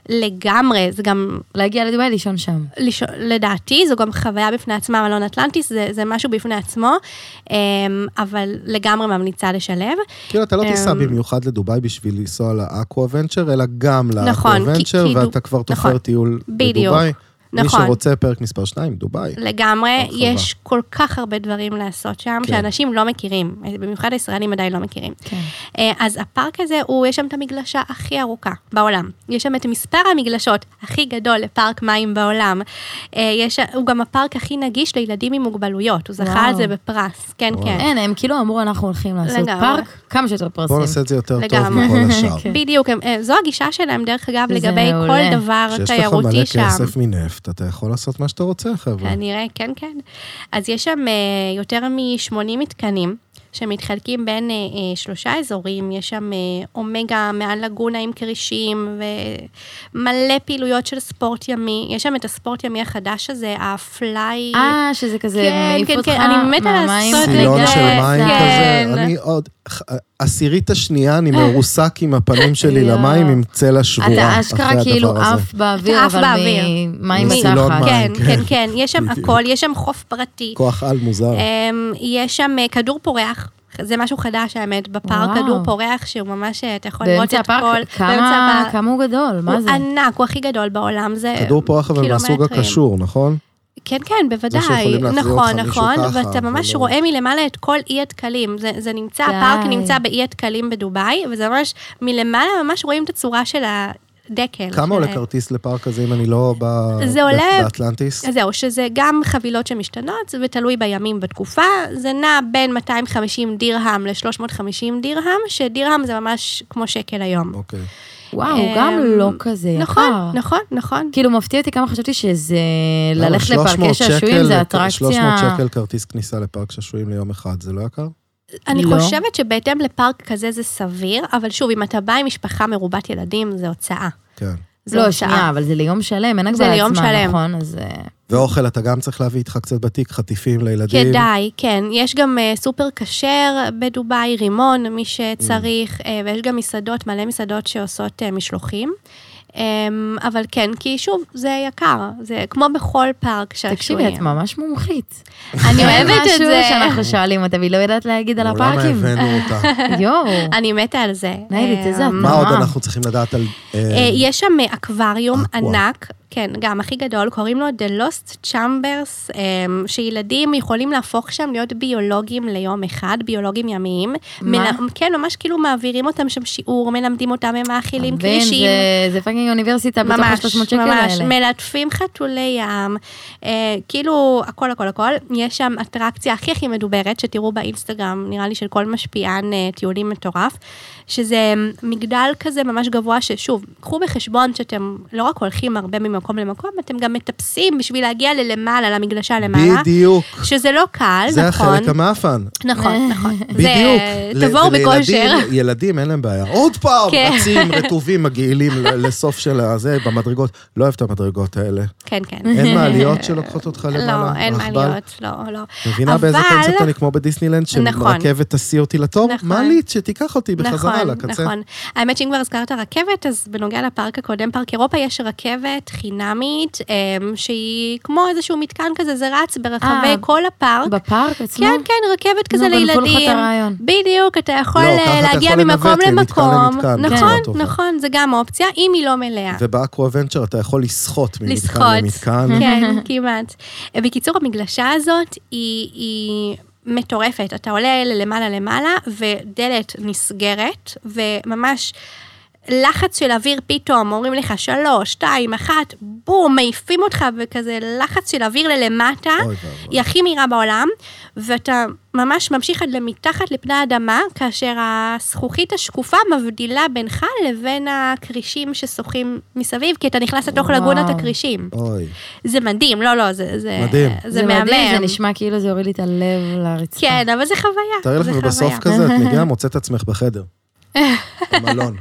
Speaker 2: לגמרי, זה גם
Speaker 3: להגיע לדובאי לישון שם.
Speaker 2: לשאול- לדעתי, זו גם חוויה בפני עצמה, מלון אטלנטיס, זה, זה משהו בפני עצמו, אמ, אבל לגמרי ממליצה לשלב.
Speaker 1: כאילו, אתה לא תיסע
Speaker 2: אמ,
Speaker 1: במיוחד לדובאי בשביל לנסוע לאקו אבנצ'ר, אלא גם לאקו
Speaker 2: נכון, כי-
Speaker 1: אבנצ'ר,
Speaker 2: כי
Speaker 1: ואתה
Speaker 2: דוב-
Speaker 1: כבר תופר
Speaker 2: נכון,
Speaker 1: טיול
Speaker 2: בדיוק,
Speaker 1: בדובאי. מי
Speaker 2: נכון. לא
Speaker 1: שרוצה פרק מספר 2, דובאי.
Speaker 2: לגמרי,
Speaker 1: הרחבה.
Speaker 2: יש כל כך הרבה דברים לעשות שם,
Speaker 1: כן.
Speaker 2: שאנשים לא מכירים, במיוחד הישראלים עדיין לא מכירים.
Speaker 3: כן.
Speaker 2: אה, אז הפארק הזה, הוא, יש שם את המגלשה הכי ארוכה בעולם. יש שם את מספר המגלשות הכי גדול לפארק מים בעולם. אה, יש, הוא גם הפארק הכי נגיש לילדים עם מוגבלויות, הוא זכה
Speaker 3: וואו.
Speaker 2: על זה בפרס, כן,
Speaker 1: וואו.
Speaker 2: כן.
Speaker 3: אין, הם כאילו אמרו, אנחנו הולכים לעשות
Speaker 2: לגמרי.
Speaker 3: פארק, כמה שיותר פרסים.
Speaker 1: בואו נעשה את זה יותר טוב
Speaker 2: לגמרי.
Speaker 1: מכל השאר.
Speaker 3: כן.
Speaker 2: בדיוק, הם- אה, זו הגישה שלהם, דרך אגב,
Speaker 3: זה
Speaker 2: לגבי
Speaker 3: מעולה.
Speaker 2: כל דבר
Speaker 1: כשיש לך מלא
Speaker 2: תיירותי שם.
Speaker 1: כסף מנפט, אתה יכול לעשות מה שאתה רוצה,
Speaker 3: אה.
Speaker 1: חבר'ה.
Speaker 2: כנראה, כן, כן. אז יש שם אה, יותר מ-80 מתקנים. שמתחלקים בין אה, אה, שלושה אזורים, יש שם אה, אומגה, מעל לגונה עם כרישים ומלא פעילויות של ספורט ימי. יש שם את הספורט ימי החדש הזה, הפליי...
Speaker 3: אה, שזה כזה
Speaker 2: כן,
Speaker 3: מעיף
Speaker 2: כן,
Speaker 3: אותך
Speaker 2: כן, אני מתה
Speaker 3: מהמים.
Speaker 2: לעשות את
Speaker 1: סילון
Speaker 2: לגמרי,
Speaker 1: של מים
Speaker 2: כן.
Speaker 1: כזה, אני עוד, ח- עשירית השנייה, אני מרוסק עם הפנים שלי
Speaker 3: יואו.
Speaker 1: למים עם צלע שבורה
Speaker 3: אתה
Speaker 1: אחרי
Speaker 3: אשכרה
Speaker 1: הדבר
Speaker 3: כאילו
Speaker 1: הזה.
Speaker 3: עף באוויר,
Speaker 2: עף
Speaker 3: אבל
Speaker 2: באוויר.
Speaker 3: ממים
Speaker 1: מסילון
Speaker 3: מתחת.
Speaker 1: מים.
Speaker 2: כן,
Speaker 1: כן.
Speaker 2: כן, כן, יש שם
Speaker 1: בדיוק.
Speaker 2: הכל, יש שם חוף פרטי.
Speaker 1: כוח על מוזר.
Speaker 2: אמ, יש שם אה, כדור פורח. זה משהו חדש, האמת, בפארק
Speaker 3: וואו.
Speaker 2: כדור פורח, שהוא ממש, אה, אתה יכול לראות
Speaker 3: באמצע
Speaker 2: את כל...
Speaker 3: הפארק, כמה כמה הוא גדול, מה זה?
Speaker 2: הוא ענק, הוא הכי גדול בעולם, זה
Speaker 1: כדור פורח אבל מהסוג
Speaker 2: קילומטרים.
Speaker 1: הקשור, נכון?
Speaker 2: כן, כן, בוודאי.
Speaker 1: שיכולים להחזיר אותך
Speaker 2: נכון,
Speaker 1: מישהו
Speaker 2: נכון,
Speaker 1: ככה,
Speaker 2: ואתה ממש
Speaker 1: ולא-
Speaker 2: רואה מלמעלה את כל אי הדקלים. זה, זה נמצא,
Speaker 3: די.
Speaker 2: הפארק נמצא באי הדקלים בדובאי, וזה ממש, מלמעלה ממש רואים את הצורה של הדקל. של-
Speaker 1: כמה עולה כרטיס לפארק הזה אם אני לא ב-
Speaker 2: אה, זה עולה-
Speaker 1: באטלנטיס?
Speaker 2: אז זהו, שזה גם חבילות שמשתנות, זה ותלוי בימים בתקופה, זה נע בין 250 דירהם ל-350 דירהם, שדירהם זה ממש כמו שקל היום.
Speaker 1: אוקיי.
Speaker 3: וואו, הוא גם
Speaker 2: אמ,
Speaker 3: לא כזה יקר.
Speaker 2: נכון, נכון, נכון.
Speaker 3: כאילו מפתיע אותי כמה חשבתי שזה
Speaker 1: למה,
Speaker 3: ללכת
Speaker 1: 300
Speaker 3: לפארקי שעשועים,
Speaker 1: שקל-
Speaker 3: זה אטרקציה.
Speaker 1: 300 שקל כרטיס כניסה לפארק שעשועים ליום אחד, זה לא יקר?
Speaker 2: אני
Speaker 3: לא.
Speaker 2: חושבת שבהתאם לפארק כזה זה סביר, אבל שוב, אם אתה בא עם משפחה מרובת ילדים, זה הוצאה.
Speaker 1: כן.
Speaker 2: זה
Speaker 3: לא,
Speaker 2: הוצאה.
Speaker 3: שנייה, אבל זה ליום שלם, אין
Speaker 2: זה
Speaker 3: הגבלת
Speaker 2: ליום
Speaker 3: זמן,
Speaker 2: שלם.
Speaker 3: נכון? אז... אה,
Speaker 1: ואוכל אתה גם צריך להביא איתך קצת בתיק, חטיפים לילדים.
Speaker 2: כדאי, כן. יש גם אה, סופר כשר בדובאי, רימון, מי שצריך,
Speaker 3: Mm.
Speaker 2: אה, ויש גם מסעדות, מלא מסעדות שעושות אה, משלוחים. אה, אבל כן, כי שוב, זה יקר, זה כמו בכל פארק
Speaker 3: תקשיבי,
Speaker 2: שעשועים.
Speaker 3: את ממש מומחית.
Speaker 2: אני אוהבת את
Speaker 3: משהו
Speaker 2: זה.
Speaker 3: שאנחנו שואלים אותה, והיא לא יודעת להגיד על
Speaker 1: נו,
Speaker 3: הפארקים.
Speaker 1: למה לא הבאנו אותה?
Speaker 3: יואו,
Speaker 2: אני מתה על זה.
Speaker 3: ניילי, תזה,
Speaker 2: אה,
Speaker 3: את
Speaker 1: מה עוד
Speaker 3: נורא.
Speaker 1: אנחנו צריכים לדעת על... אה,
Speaker 2: אה, יש שם אה, אקווריום
Speaker 1: אקווה.
Speaker 2: ענק, כן, גם הכי גדול, קוראים לו The Lost Chambers, אה, שילדים יכולים להפוך שם להיות ביולוגים ליום אחד, ביולוגים ימיים.
Speaker 3: מה?
Speaker 2: מל- כן, ממש כאילו מעבירים אותם שם שיעור, מלמדים אותם, הם מאכילים
Speaker 3: בן,
Speaker 2: כרישים.
Speaker 3: זה- זה פאקינג אוניברסיטה בתוך ה-300
Speaker 2: ממש,
Speaker 3: שקל
Speaker 2: ממש,
Speaker 3: האלה.
Speaker 2: מלטפים חתולי ים, אה, כאילו הכל הכל הכל, יש שם אטרקציה הכי הכי מדוברת, שתראו באינסטגרם, נראה לי של כל משפיען אה, טיולים מטורף, אמ, שזה מגדל כזה ממש גבוה, ששוב, קחו בחשבון שאתם לא רק הולכים הרבה ממקום למקום, אתם גם מטפסים בשביל להגיע ללמעלה, למגלשה למעלה.
Speaker 1: בדיוק.
Speaker 2: שזה לא קל,
Speaker 1: זה
Speaker 2: נכון.
Speaker 1: החלק המאפן.
Speaker 2: נכון, נכון. זה-
Speaker 1: בדיוק. ל-
Speaker 2: תבואו
Speaker 1: ולילדים-
Speaker 2: בכושר.
Speaker 1: ילדים, אין להם בעיה. עוד פעם!
Speaker 2: כן.
Speaker 1: רצים, רטובים, מגעילים ל- לסוף של הזה, במדרגות. לא אוהב את המדרגות האלה.
Speaker 2: כן, כן.
Speaker 1: אין מעליות שלוקחות אותך למעלה?
Speaker 2: לא, אין
Speaker 1: רכבל?
Speaker 2: מעליות, לא, לא.
Speaker 1: מבינה באיזה קונספט אני כמו בדיסנילנד,
Speaker 2: נכון.
Speaker 1: שרכבת תסיע אותי לתור?
Speaker 2: נכון.
Speaker 1: מעלית, שתיקח אותי בחזרה לקצה.
Speaker 2: נכון. האמת שאם כבר הזכרת רכבת, אז בנוגע לפארק הקודם, פארק אירופה, יש רכבת חינמית, אמ, שהיא כמו איזשהו מתקן כזה, זה רץ ברחבי
Speaker 3: אה,
Speaker 2: כל הפארק.
Speaker 3: בפארק עצמו?
Speaker 2: כן, כן, רכבת כזה
Speaker 3: נו, גנבו לך את
Speaker 2: לילדים.
Speaker 3: הרעיון.
Speaker 2: בדיוק, אתה יכול
Speaker 1: לא,
Speaker 2: אה,
Speaker 1: ככה אתה
Speaker 2: להגיע
Speaker 1: יכול
Speaker 2: ממקום
Speaker 1: לנווט ממתקן
Speaker 2: למקום.
Speaker 1: למתקן, כן. בצורה
Speaker 2: נכון,
Speaker 1: טובה.
Speaker 2: נכון, זה גם אופציה, אם היא לא מלאה.
Speaker 1: ובאקו אבנצ'ר אתה יכול לסחוט ממתקן
Speaker 2: לשחות.
Speaker 1: למתקן.
Speaker 2: כן, כמעט. בקיצור, המגלשה הזאת היא, היא מטורפת. אתה עולה למעלה למעלה, ודלת נסגרת, וממש... לחץ של אוויר פתאום, אומרים לך שלוש, שתיים, אחת, בום, מעיפים אותך וכזה לחץ של אוויר ללמטה,
Speaker 1: אוי ואבוי.
Speaker 2: היא הכי מהירה בעולם, ואתה ממש ממשיך עד למתחת לפני האדמה, כאשר הזכוכית השקופה מבדילה בינך לבין הכרישים ששוחים מסביב, כי אתה נכנס לתוך
Speaker 3: וואו.
Speaker 2: לגונת הכרישים.
Speaker 1: אוי.
Speaker 2: זה מדהים, לא, לא, זה, זה,
Speaker 1: מדהים.
Speaker 2: זה מהמם.
Speaker 3: מדהים, זה נשמע כאילו זה הוריד לי את הלב לרצפה.
Speaker 2: כן, אבל זה חוויה.
Speaker 1: תארי לך,
Speaker 2: זה
Speaker 1: ובסוף
Speaker 2: חוויה.
Speaker 1: כזה, את מגיעה, מוצאת את עצמך בחדר. במלון.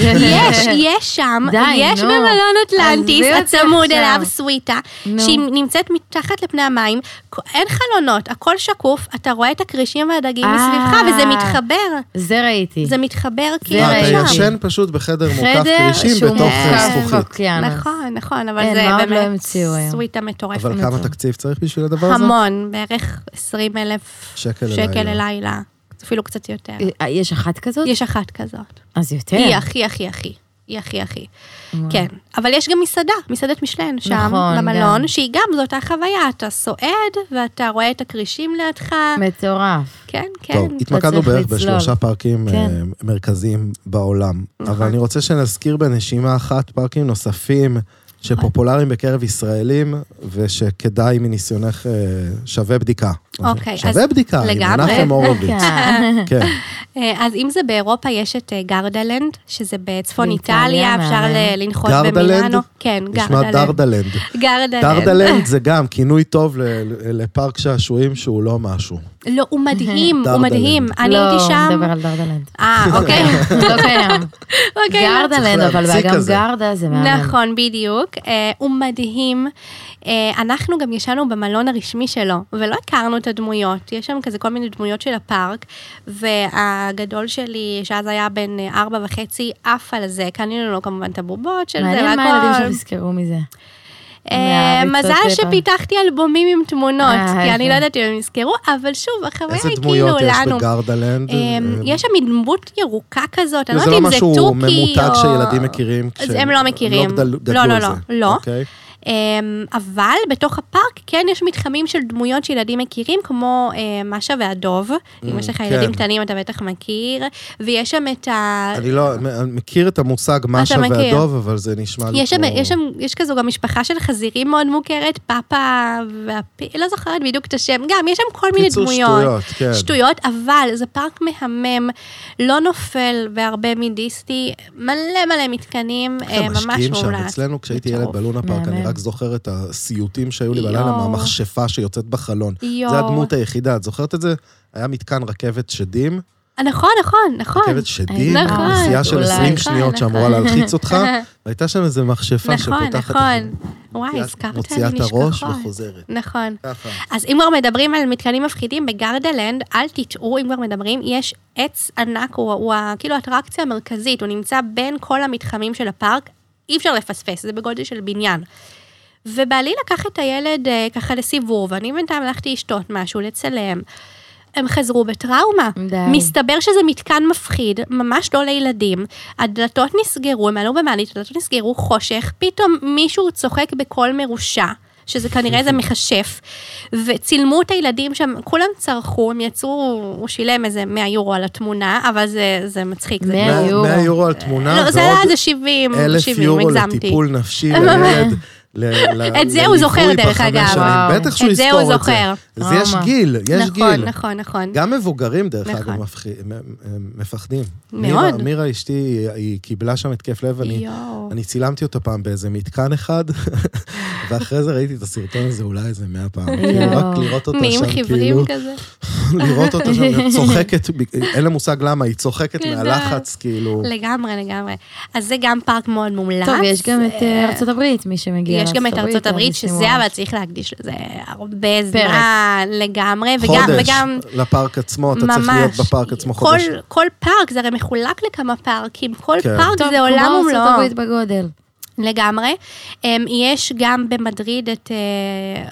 Speaker 2: יש, יש שם,
Speaker 3: די,
Speaker 2: יש
Speaker 3: נו.
Speaker 2: במלון אטלנטיס,
Speaker 3: עזבי אותי
Speaker 2: הצמוד
Speaker 3: עכשיו.
Speaker 2: אליו סוויטה,
Speaker 3: נו.
Speaker 2: שהיא נמצאת מתחת לפני המים, כ- אין חלונות, הכל שקוף, אתה רואה את הכרישים והדגים
Speaker 3: אה.
Speaker 2: מסביבך, וזה מתחבר,
Speaker 3: זה ראיתי.
Speaker 2: זה מתחבר כאילו
Speaker 1: לא, אתה
Speaker 3: ראיתי.
Speaker 2: שם.
Speaker 1: ישן פשוט בחדר מוקף
Speaker 3: חדר
Speaker 1: כרישים
Speaker 3: שהוא
Speaker 1: בתוך אה,
Speaker 2: מוקף
Speaker 1: זכוכית.
Speaker 3: אוקיאנוס.
Speaker 2: נכון, נכון, אבל
Speaker 3: כן,
Speaker 2: זה
Speaker 3: מה עוד לא
Speaker 2: באמת
Speaker 3: המציאו היום?
Speaker 2: סוויטה מטורפת.
Speaker 1: אבל כמה תקציב צריך בשביל הדבר הזה?
Speaker 2: המון, בערך 20 אלף
Speaker 1: שקל
Speaker 2: שקל
Speaker 1: ללילה.
Speaker 2: ללילה, אפילו קצת יותר.
Speaker 3: אה, יש אחת כזאת?
Speaker 2: יש אחת כזאת.
Speaker 3: אז יותר.
Speaker 2: היא הכי הכי הכי. היא הכי הכי. כן. אבל יש גם מסעדה, מסעדת משלן שם,
Speaker 3: נכון,
Speaker 2: במלון,
Speaker 3: גם.
Speaker 2: שהיא גם, זו אותה חוויה, אתה סועד ואתה רואה את הכרישים לידך.
Speaker 3: מטורף.
Speaker 2: כן, כן.
Speaker 1: טוב, התמקדנו
Speaker 3: צריך
Speaker 1: בערך
Speaker 3: לצלול.
Speaker 1: בשלושה פארקים
Speaker 3: כן.
Speaker 1: אה, מרכזיים בעולם, אבל
Speaker 2: נכון.
Speaker 1: אני רוצה שנזכיר בנשימה אחת פארקים נוספים שפופולריים בקרב ישראלים, ושכדאי מניסיונך אה, שווה בדיקה.
Speaker 2: אוקיי,
Speaker 1: שווה
Speaker 2: אז
Speaker 1: בדיקה, עם
Speaker 2: לגמרי.
Speaker 1: מנחם הורוביץ. כן,
Speaker 2: אה, אז אם זה באירופה, יש את אה, גרדלנד, שזה בצפון
Speaker 3: באיטליה,
Speaker 2: איטליה, אפשר
Speaker 3: מהמם.
Speaker 2: ל- לנחות
Speaker 1: גרדלנד?
Speaker 2: במילאנו. כן,
Speaker 1: נשמע
Speaker 2: גרדלנד.
Speaker 1: דרדלנד.
Speaker 2: גרדלנד.
Speaker 1: דרדלנד זה גם כינוי טוב ל- ל- לפארק שעשועים שהוא לא משהו.
Speaker 2: לא, הוא מדהים, הוא
Speaker 1: דרדלנד.
Speaker 2: מדהים. אני הייתי שם...
Speaker 3: לא, נדבר על דרדלנד.
Speaker 2: אה, אוקיי.
Speaker 3: לא קיים.
Speaker 2: אוקיי. לא.
Speaker 3: גרדלנד,
Speaker 1: צריך
Speaker 3: אבל
Speaker 1: להמציא
Speaker 3: גם
Speaker 1: כזה.
Speaker 3: גרדה זה מהמם.
Speaker 2: נכון, בדיוק. אה, הוא מדהים. אה, אנחנו גם ישנו במלון הרשמי שלו, ולא הכרנו את הדמויות. יש שם כזה כל מיני דמויות של הפארק, והגדול שלי, שאז היה בן אה, ארבע וחצי, עף על זה. קנינו לו כמובן את הבובות של זה
Speaker 3: מעניין מה הילדים
Speaker 2: והכל.
Speaker 3: שלך יזכרו מזה.
Speaker 2: אה,
Speaker 3: מהריצות
Speaker 2: מזל
Speaker 3: לבד.
Speaker 2: שפיתחתי אלבומים עם תמונות,
Speaker 3: אה,
Speaker 2: כי אני
Speaker 3: יפה.
Speaker 2: לא יודעת אם הם יזכרו, אבל שוב, החוויה
Speaker 1: איזה
Speaker 2: היא כאילו
Speaker 1: דמויות יש
Speaker 2: לנו.
Speaker 1: בגרדלנד?
Speaker 2: אמ,
Speaker 1: אה,
Speaker 2: יש שם דמות ירוקה כזאת, אני לא
Speaker 1: זה
Speaker 2: יודעת
Speaker 1: לא
Speaker 2: אם זה
Speaker 1: משהו
Speaker 2: טורקי או...
Speaker 1: ממותג שילדים מכירים.
Speaker 2: אז
Speaker 1: כשהם
Speaker 2: הם לא מכירים.
Speaker 1: גדל- גדלו
Speaker 2: לא, לא,
Speaker 1: על
Speaker 2: לא,
Speaker 1: זה.
Speaker 2: לא.
Speaker 1: אוקיי.
Speaker 2: אמ, אבל בתוך הפארק כן יש מתחמים של דמויות שילדים מכירים, כמו אה, משה והדוב, אם יש לך
Speaker 1: כן.
Speaker 2: ילדים קטנים אתה בטח מכיר, ויש שם את ה...
Speaker 1: אני לא, אני מכיר את המושג משה
Speaker 2: אה, מכיר.
Speaker 1: והדוב, אבל זה נשמע לי
Speaker 2: יש שם,
Speaker 1: כמו...
Speaker 2: יש שם, יש כזו גם משפחה של חזירים מאוד מוכרת, פאפה והפי, לא זוכרת בדיוק את השם, גם, יש שם כל מיני
Speaker 1: קיצור,
Speaker 2: דמויות.
Speaker 1: שטויות, כן.
Speaker 2: שטויות, אבל זה פארק מהמם, לא נופל בהרבה מדיסטי, מלא מלא מתקנים,
Speaker 1: איך
Speaker 2: אה,
Speaker 1: הם
Speaker 2: ממש
Speaker 1: משקיעים שם.
Speaker 2: מומלץ.
Speaker 1: אצלנו, כשהייתי ילד
Speaker 2: מטורף.
Speaker 1: בלונה פארק, אני
Speaker 3: מהמם.
Speaker 1: רק זוכר את הסיוטים שהיו לי בלילה
Speaker 2: יואו.
Speaker 1: מהמכשפה שיוצאת בחלון.
Speaker 2: יואו.
Speaker 1: זה הדמות היחידה, את זוכרת את זה? היה מתקן רכבת שדים,
Speaker 2: נכון, נכון, נכון.
Speaker 1: רכבת שדים,
Speaker 2: נכון.
Speaker 1: נסיעה של
Speaker 3: אולי.
Speaker 1: 20
Speaker 2: נכון,
Speaker 1: שניות שאמורה
Speaker 2: נכון.
Speaker 1: להלחיץ אותך, והייתה שם איזה מכשפה
Speaker 2: נכון,
Speaker 1: שפותחת...
Speaker 2: נכון. וואי,
Speaker 1: מוציאה-
Speaker 2: הזכרת לי
Speaker 1: מוציאה את
Speaker 2: נשכחות.
Speaker 1: הראש וחוזרת.
Speaker 2: נכון.
Speaker 1: ככה.
Speaker 2: אז אם כבר מדברים על מתקנים מפחידים, בגרדלנד, אל תטעו, אם כבר מדברים, יש עץ ענק, הוא, הוא ה- כאילו האטרקציה המרכזית, הוא נמצא בין כל המתחמים של הפארק, אי אפשר לפספס, זה בגודל של בניין. ובעלי לקח את הילד אה, ככה לסיבוב, ואני בינתיים הלכתי לשתות משהו, לצלם. הם חזרו בטראומה.
Speaker 3: די.
Speaker 2: מסתבר שזה מתקן מפחיד, ממש לא לילדים. הדלתות נסגרו, הם עלו במעלית, הדלתות נסגרו, חושך, פתאום מישהו צוחק בקול מרושע, שזה כנראה איזה מכשף, וצילמו את הילדים שם, כולם צרחו, הם יצאו, הוא שילם איזה 100 יורו על התמונה, אבל זה, זה מצחיק. זה
Speaker 3: 100
Speaker 2: כאילו-
Speaker 3: יורו.
Speaker 1: 100 יורו על תמונה,
Speaker 2: לא, זה
Speaker 1: ועוד
Speaker 2: היה איזה 70,
Speaker 1: אלף
Speaker 2: 70,
Speaker 1: יורו
Speaker 2: הגזמתי.
Speaker 1: לטיפול נפשי לילד,
Speaker 2: את זה הוא זוכר, דרך אגב.
Speaker 3: וואו.
Speaker 1: בטח שהוא
Speaker 2: את זה
Speaker 1: יזכור
Speaker 2: הוא
Speaker 1: את זה.
Speaker 2: זוכר.
Speaker 1: אז יש
Speaker 3: טראומה.
Speaker 1: גיל, יש
Speaker 2: נכון,
Speaker 1: גיל.
Speaker 2: נכון, נכון.
Speaker 1: גם מבוגרים, דרך אגב,
Speaker 2: נכון.
Speaker 1: מפח- מ- מ- מפחדים.
Speaker 2: מאוד.
Speaker 1: מירה- מירה אשתי, היא- היא קיבלה שם התקף לב, אני...
Speaker 2: יואו.
Speaker 1: אני צילמתי אותו פעם באיזה מתקן אחד, ואחרי זה ראיתי את הסרטון הזה אולי איזה מאה פעם. כאילו,
Speaker 3: יואו.
Speaker 1: רק לראות אותו
Speaker 2: נהיים
Speaker 1: שם, כאילו,
Speaker 2: חיוורים כזה.
Speaker 1: לראות אותו שם, היא צוחקת, אין לה מושג למה, היא צוחקת
Speaker 2: כן,
Speaker 1: מהלחץ, כאילו.
Speaker 2: לגמרי, לגמרי. אז זה גם פארק מאוד מומלץ.
Speaker 3: טוב, יש גם את אה, ארצות הברית, מי שמגיע
Speaker 2: יש גם את ארצות הברית,
Speaker 3: אז
Speaker 2: שזה,
Speaker 3: שימו
Speaker 2: אבל צריך להקדיש לזה הרבה זמן לגמרי, וגם,
Speaker 1: חודש
Speaker 2: וגם
Speaker 1: לפארק עצמו, אתה צריך להיות
Speaker 2: ממש,
Speaker 1: בפארק עצמו
Speaker 2: כל,
Speaker 1: חודש.
Speaker 2: כל פארק, זה הרי מחולק לכמה פארקים, כל
Speaker 1: כן.
Speaker 2: פארק
Speaker 3: טוב,
Speaker 2: זה עולם
Speaker 3: כמו
Speaker 2: ומלואו.
Speaker 3: ארצות הברית בגודל.
Speaker 2: לגמרי. אמ, יש גם במדריד את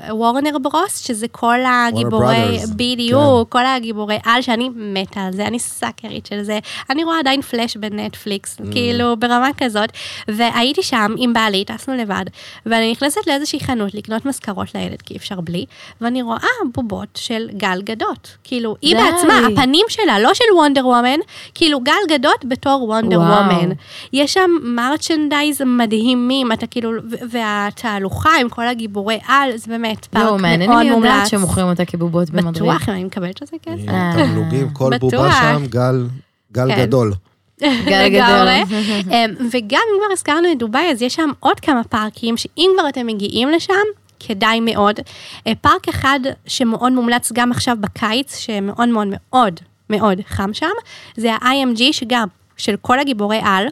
Speaker 2: אה, וורנר ברוס, שזה כל הגיבורי,
Speaker 1: Brothers,
Speaker 2: בדיוק, כל הגיבורי על, שאני מתה על זה, אני סאקרית של זה. אני רואה עדיין פלאש בנטפליקס, כאילו, ברמה כזאת. והייתי שם עם בעלי, טסנו לבד, ואני נכנסת לאיזושהי חנות לקנות מזכרות לילד, כי אי אפשר בלי, ואני רואה בובות של גל גדות. כאילו, היא
Speaker 3: די.
Speaker 2: בעצמה, הפנים שלה, לא של וונדר וומן, כאילו, גל גדות בתור וונדר
Speaker 3: וואו.
Speaker 2: וומן. יש שם מרצ'נדייז מדהימים, אתה כאילו, ו- והתהלוכה עם כל הגיבורי על, זה באמת פארק
Speaker 3: לא,
Speaker 2: מאוד מומלץ.
Speaker 3: מעניין לי לדעת שמוכרים אותה כבובות במדריד.
Speaker 2: בטוח, אם אני מקבלת על זה כסף.
Speaker 1: אה, תמלוגים, כל
Speaker 2: בטוח.
Speaker 1: בובה שם, גל, גל
Speaker 2: כן.
Speaker 1: גדול.
Speaker 3: גל
Speaker 2: לגמרי.
Speaker 3: גדול.
Speaker 2: אמ, וגם אם כבר הזכרנו את דובאי, אז יש שם עוד כמה פארקים, שאם כבר אתם מגיעים לשם, כדאי מאוד. אה, פארק אחד שמאוד מומלץ גם עכשיו בקיץ, שמאוד מאוד מאוד מאוד חם שם, זה ה-IMG, שגם של כל הגיבורי על,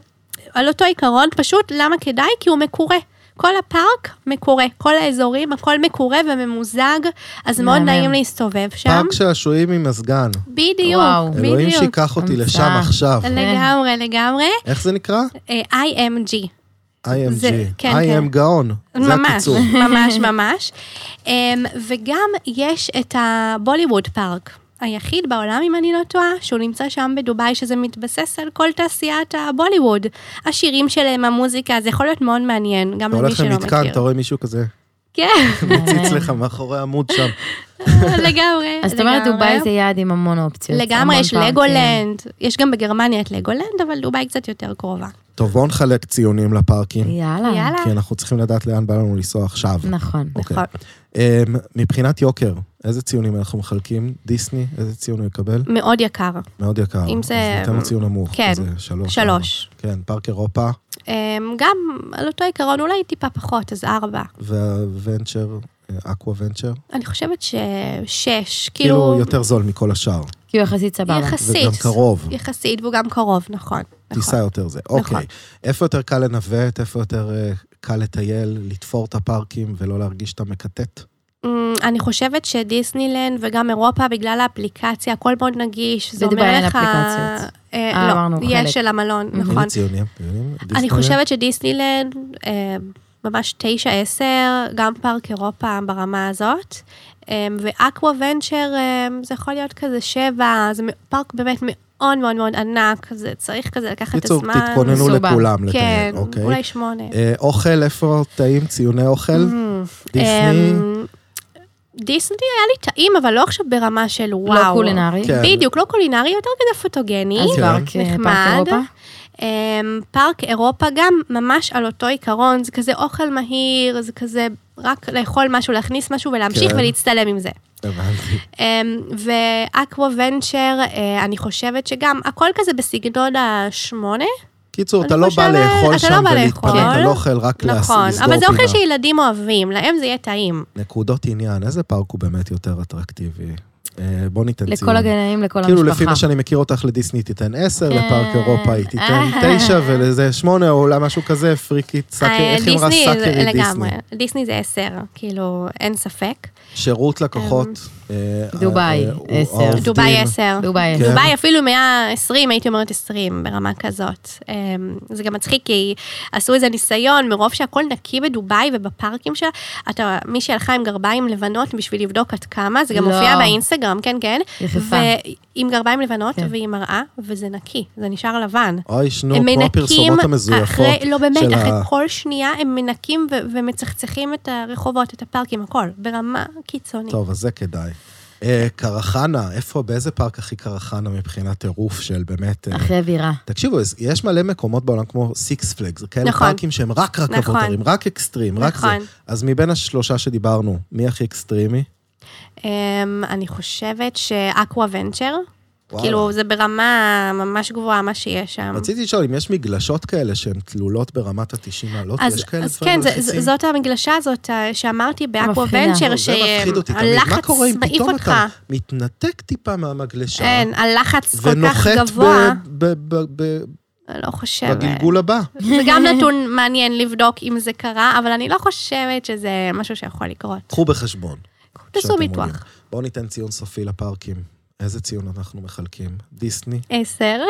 Speaker 2: על אותו עיקרון, פשוט למה כדאי? כי הוא מקורה. כל הפארק מקורה, כל האזורים, הכל מקורה וממוזג, אז מאוד
Speaker 3: מהמם.
Speaker 2: נעים להסתובב שם.
Speaker 1: פארק שעשועים עם מזגן.
Speaker 2: בדיוק,
Speaker 3: וואו.
Speaker 1: אלוהים
Speaker 2: בדיוק.
Speaker 1: שיקח אותי
Speaker 3: המצאה.
Speaker 1: לשם עכשיו.
Speaker 2: לגמרי, לגמרי.
Speaker 1: איך זה נקרא?
Speaker 2: אה, IMG,
Speaker 1: IMG.
Speaker 2: זה- כן,
Speaker 1: I am
Speaker 2: כן.
Speaker 1: גאון. זה
Speaker 2: ממש,
Speaker 1: הקיצור.
Speaker 2: ממש, ממש. אמ, וגם יש את הבוליווד פארק. היחיד בעולם, אם אני לא טועה, שהוא נמצא שם בדובאי, שזה מתבסס על כל תעשיית הבוליווד. השירים שלהם, המוזיקה, זה יכול להיות מאוד מעניין, גם
Speaker 1: אתה
Speaker 2: למי
Speaker 1: הולך
Speaker 2: שלא
Speaker 1: למתקן, אתה
Speaker 2: מכיר.
Speaker 1: רואה מישהו כזה
Speaker 2: כן,
Speaker 1: מציץ לך מאחורי עמוד שם.
Speaker 2: לגמרי.
Speaker 3: אז זאת אומרת,
Speaker 2: לגמרי.
Speaker 3: דובאי זה יעד עם המון אופציות.
Speaker 2: לגמרי,
Speaker 3: המון
Speaker 2: יש
Speaker 3: פארקים.
Speaker 2: לגולנד, יש גם בגרמניה את לגולנד, אבל דובאי קצת יותר קרובה.
Speaker 1: טוב, בואו נחלק ציונים לפארקים,
Speaker 3: יאללה.
Speaker 2: יאללה,
Speaker 1: כי אנחנו צריכים לדעת לאן בא לנו לנסוע עכשיו.
Speaker 3: נכון.
Speaker 1: אוקיי.
Speaker 2: נכון.
Speaker 1: אמ, מבחינת יוקר, איזה ציונים אנחנו מחלקים? דיסני, איזה ציון הוא יקבל?
Speaker 2: מאוד יקר,
Speaker 1: מאוד יקר.
Speaker 2: אם זה-
Speaker 1: אז ניתן לו ציון נמוך.
Speaker 2: כן,
Speaker 1: כזה שלוש.
Speaker 2: שלוש.
Speaker 1: ארבע. כן, פארק אירופה
Speaker 2: אמ, גם על אותו עיקרון, אולי טיפה פחות, אז ארבע.
Speaker 1: וונצ'ר, אה, אקווה ונצ'ר.
Speaker 2: אני חושבת ששש, כאילו,
Speaker 1: כאילו יותר זול מכל השאר.
Speaker 3: כי הוא יחסית סבבה.
Speaker 2: יחסית.
Speaker 1: וגם קרוב.
Speaker 2: יחסית, והוא גם קרוב, נכון.
Speaker 1: טיסה
Speaker 2: נכון.
Speaker 1: יותר זה.
Speaker 2: נכון.
Speaker 1: אוקיי. איפה יותר קל לנווט, איפה יותר אה, קל לטייל, לתפור את הפארקים ולא להרגיש שאתה מקטט?
Speaker 2: אמ, אני חושבת שדיסנילנד וגם אירופה, בגלל האפליקציה, הכל מאוד נגיש, זה
Speaker 3: בדובאי
Speaker 2: אומר
Speaker 3: אין
Speaker 2: לך...
Speaker 3: אפליקציות.
Speaker 2: אה,
Speaker 3: אה,
Speaker 2: לא,
Speaker 3: אמרנו, חלק.
Speaker 2: יש של המלון, נכון.
Speaker 1: הנה ציונים, אתם יודעים?
Speaker 2: אני
Speaker 1: דיסנילנד.
Speaker 2: חושבת שדיסנילנד, אה, ממש תשע, עשר, גם פארק אירופה ברמה הזאת. אה, ואקווה ונצ'ר, אה, זה יכול להיות כזה שבע, זה מ- פארק באמת מאוד מאוד מאוד ענק, זה צריך כזה לקחת את
Speaker 1: בקיצור,
Speaker 2: הזמן.
Speaker 1: תתכוננו
Speaker 3: מסובך.
Speaker 1: לכולם
Speaker 2: כן,
Speaker 1: לטייל, אוקיי?
Speaker 2: אולי שמונה.
Speaker 1: אה, אוכל, איפה טעים? ציוני אוכל? דיסני?
Speaker 2: אמ, דיסני היה לי טעים, אבל לא עכשיו ברמה של וואו.
Speaker 3: לא קולינרי.
Speaker 1: כן.
Speaker 2: בדיוק, לא קולינרי, יותר כזה פוטוגני.
Speaker 3: אז
Speaker 1: כן.
Speaker 3: פארק, אה, פארק
Speaker 2: נחמד.
Speaker 3: אירופה.
Speaker 2: אמ, פארק אירופה גם ממש על אותו עיקרון, זה כזה אוכל מהיר, זה כזה רק לאכול משהו, להכניס משהו ולהמשיך
Speaker 1: כן.
Speaker 2: ולהצטלם עם זה.
Speaker 1: הבנתי.
Speaker 2: אמ, ואקווה ונצ'ר, אה, אני חושבת שגם, הכל כזה בסגנון השמונה.
Speaker 1: קיצור,
Speaker 2: אני
Speaker 1: אתה לא בא
Speaker 2: חושבת-
Speaker 1: לאכול
Speaker 2: אתה
Speaker 1: שם
Speaker 2: לא בא
Speaker 1: ולהתפנק,
Speaker 2: לאכול.
Speaker 1: אתה לא אוכל רק להס- לסגור
Speaker 2: נכון,
Speaker 1: פינה.
Speaker 2: אבל זה אוכל שילדים אוהבים, להם זה יהיה טעים.
Speaker 1: נקודות עניין, איזה פארק הוא באמת יותר אטרקטיבי? אה, בוא ניתן ציון.
Speaker 3: לכל הגנאים, לכל המשפחה.
Speaker 1: כאילו, לפי מה שאני מכיר אותך, לדיסני תיתן 10,
Speaker 3: כן.
Speaker 1: לפארק אירופה היא תיתן
Speaker 3: אה.
Speaker 1: 9, ולזה 8, או אולי משהו כזה, פריקית, סאקר,
Speaker 2: אה,
Speaker 1: איך היא אמרה
Speaker 2: דיסני זה-
Speaker 1: סאקרי דיסני.
Speaker 2: לגמרי, דיסני זה עשר, כאילו, אין ספק.
Speaker 1: שירות לקוחות. אה,
Speaker 3: דובאי,
Speaker 1: אה, הוא-
Speaker 3: 10.
Speaker 1: העובדים,
Speaker 2: דובאי עשר.
Speaker 3: דובאי.
Speaker 1: כן.
Speaker 2: דובאי אפילו מאה עשרים, הייתי אומרת עשרים, ברמה כזאת. אמ, זה גם מצחיק, כי עשו איזה ניסיון, מרוב שהכל נקי בדובאי ובפארקים שלה, אתה, מי שהלכה עם גרביים לבנות בשביל לבדוק עד כמה, זה גם
Speaker 3: לא.
Speaker 2: מופיע באינסטגרם, כן, כן.
Speaker 3: יחפה.
Speaker 2: ועם גרביים לבנות,
Speaker 3: כן.
Speaker 2: והיא מראה, וזה נקי, זה נשאר לבן.
Speaker 1: אוי, שנו,
Speaker 2: הם
Speaker 1: כמו
Speaker 2: מנקים
Speaker 1: הפרסומות המזויפות.
Speaker 2: אחרי, לא באמת,
Speaker 1: של
Speaker 2: אחרי
Speaker 1: ה-
Speaker 2: כל שנייה הם מנקים ו- ומצחצחים את הרחובות, את הפארקים, הכל, ברמה קיצונית.
Speaker 1: טוב, אז זה כדאי. אה, קרחנה, איפה, באיזה פארק הכי קרחנה מבחינת טירוף של באמת... אה,
Speaker 2: נכון.
Speaker 3: אחרי בירה.
Speaker 1: תקשיבו, אז יש מלא מקומות בעולם כמו סיקס פלגס, כאלה
Speaker 2: נכון.
Speaker 1: פארקים שהם רק רכבות
Speaker 2: נכון.
Speaker 1: הרים, רק אקסטרים, רק זה.
Speaker 2: נכון.
Speaker 1: אז מבין השלושה שדיברנו, מי הכי אקסטרימי?
Speaker 2: אמ, אני חושבת שאקווה ונצ'ר,
Speaker 1: וואלה.
Speaker 2: כאילו זה ברמה ממש גבוהה מה שיש שם.
Speaker 1: רציתי לשאול אם יש מגלשות כאלה שהן תלולות ברמת ה-90 מעלות,
Speaker 2: אז,
Speaker 1: יש כאלה
Speaker 2: אז
Speaker 1: דברים
Speaker 2: כן, זה,
Speaker 1: מלחיצים?
Speaker 2: ז- זאת המגלשה הזאת אה, שאמרתי באקווה
Speaker 3: מפחידה.
Speaker 2: ונצ'ר,
Speaker 1: לא, זה מפחיד אותי תמיד. מה
Speaker 2: שהלחץ
Speaker 1: קורה אם
Speaker 2: מעיף
Speaker 1: פתאום
Speaker 2: אותך.
Speaker 1: אתה מתנתק טיפה מהמגלשה,
Speaker 2: אין, הלחץ כל כך
Speaker 1: ונוחת
Speaker 2: גבוה,
Speaker 1: ב- ב- ב- ב-
Speaker 2: לא חושבת.
Speaker 1: בגלגול הבא?
Speaker 2: זה גם נתון מעניין לבדוק אם זה קרה, אבל אני לא חושבת שזה משהו שיכול לקרות.
Speaker 1: קחו בחשבון.
Speaker 2: תעשו
Speaker 1: שאתם
Speaker 2: ביטוח.
Speaker 1: מעוניינים. בואו ניתן ציון סופי לפארקים. איזה ציון אנחנו מחלקים? דיסני?
Speaker 2: עשר.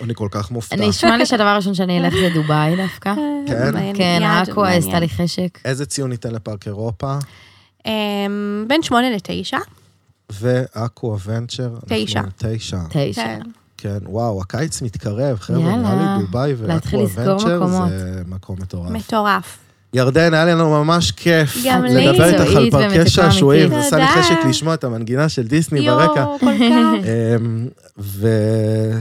Speaker 1: אני כל כך מופתע.
Speaker 3: אני אשמע לי שהדבר הראשון שאני אלך זה דובאי דווקא.
Speaker 1: כן?
Speaker 2: מעניין,
Speaker 3: כן,
Speaker 2: יעד
Speaker 3: עכו
Speaker 2: מעניין.
Speaker 3: עשתה לי חשק.
Speaker 1: איזה ציון ניתן לפארק אירופה?
Speaker 2: אמ, בין שמונה לתשע.
Speaker 1: ועכו אבנצ'ר?
Speaker 2: תשע.
Speaker 1: אנחנו תשע.
Speaker 3: תשע.
Speaker 1: כן, וואו, הקיץ מתקרב, חבר'ה,
Speaker 3: יאללה.
Speaker 1: נראה לי דובאי
Speaker 3: להתחיל
Speaker 1: ועכו
Speaker 3: לסגור
Speaker 1: אבנצ'ר
Speaker 3: מקומות.
Speaker 1: זה מקום מטורף.
Speaker 2: מטורף.
Speaker 1: ירדן, היה לנו ממש כיף.
Speaker 2: גם לי.
Speaker 1: לדבר איתך על
Speaker 3: מקצועית
Speaker 1: פארקי
Speaker 3: ומצוקה
Speaker 1: שעשועים,
Speaker 2: אמיתית.
Speaker 1: עשה לי
Speaker 2: תודה.
Speaker 1: חשק לשמוע את המנגינה של דיסני ברקע.
Speaker 2: יואו, כל כך.
Speaker 1: אמ,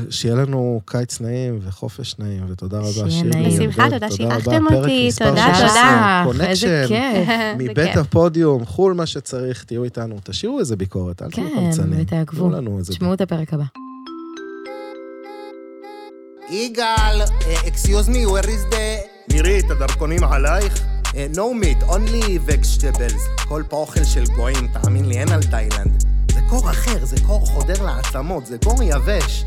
Speaker 1: ושיהיה לנו קיץ נעים וחופש נעים, ותודה רבה,
Speaker 3: שיהיה
Speaker 1: שירלי.
Speaker 3: נעים.
Speaker 2: בשמחה,
Speaker 1: עודד,
Speaker 2: תודה
Speaker 1: רבה.
Speaker 2: שאירחתם
Speaker 1: פרק
Speaker 2: אותי,
Speaker 1: מספר
Speaker 2: תודה,
Speaker 1: 16,
Speaker 3: תודה. איזה
Speaker 1: Connection,
Speaker 3: כיף.
Speaker 1: מבית
Speaker 2: בכיף.
Speaker 1: הפודיום, חול מה שצריך, תהיו איתנו, תשאירו איזה ביקורת, אל תהיו
Speaker 3: כן,
Speaker 1: קמצנים.
Speaker 3: ותעקבו.
Speaker 1: תנו לנו איזה...
Speaker 3: תשמעו את הפרק הבא.
Speaker 4: יגאל, אקסיוז מי, where is the... מירי, את הדרכונים עלייך? No meat, only vegetables. כל פה אוכל של גויים, תאמין לי, אין על תאילנד. זה קור אחר, זה קור חודר לעצמות, זה קור יבש.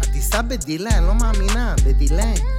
Speaker 4: הטיסה בדילה, אני לא מאמינה, בדילה.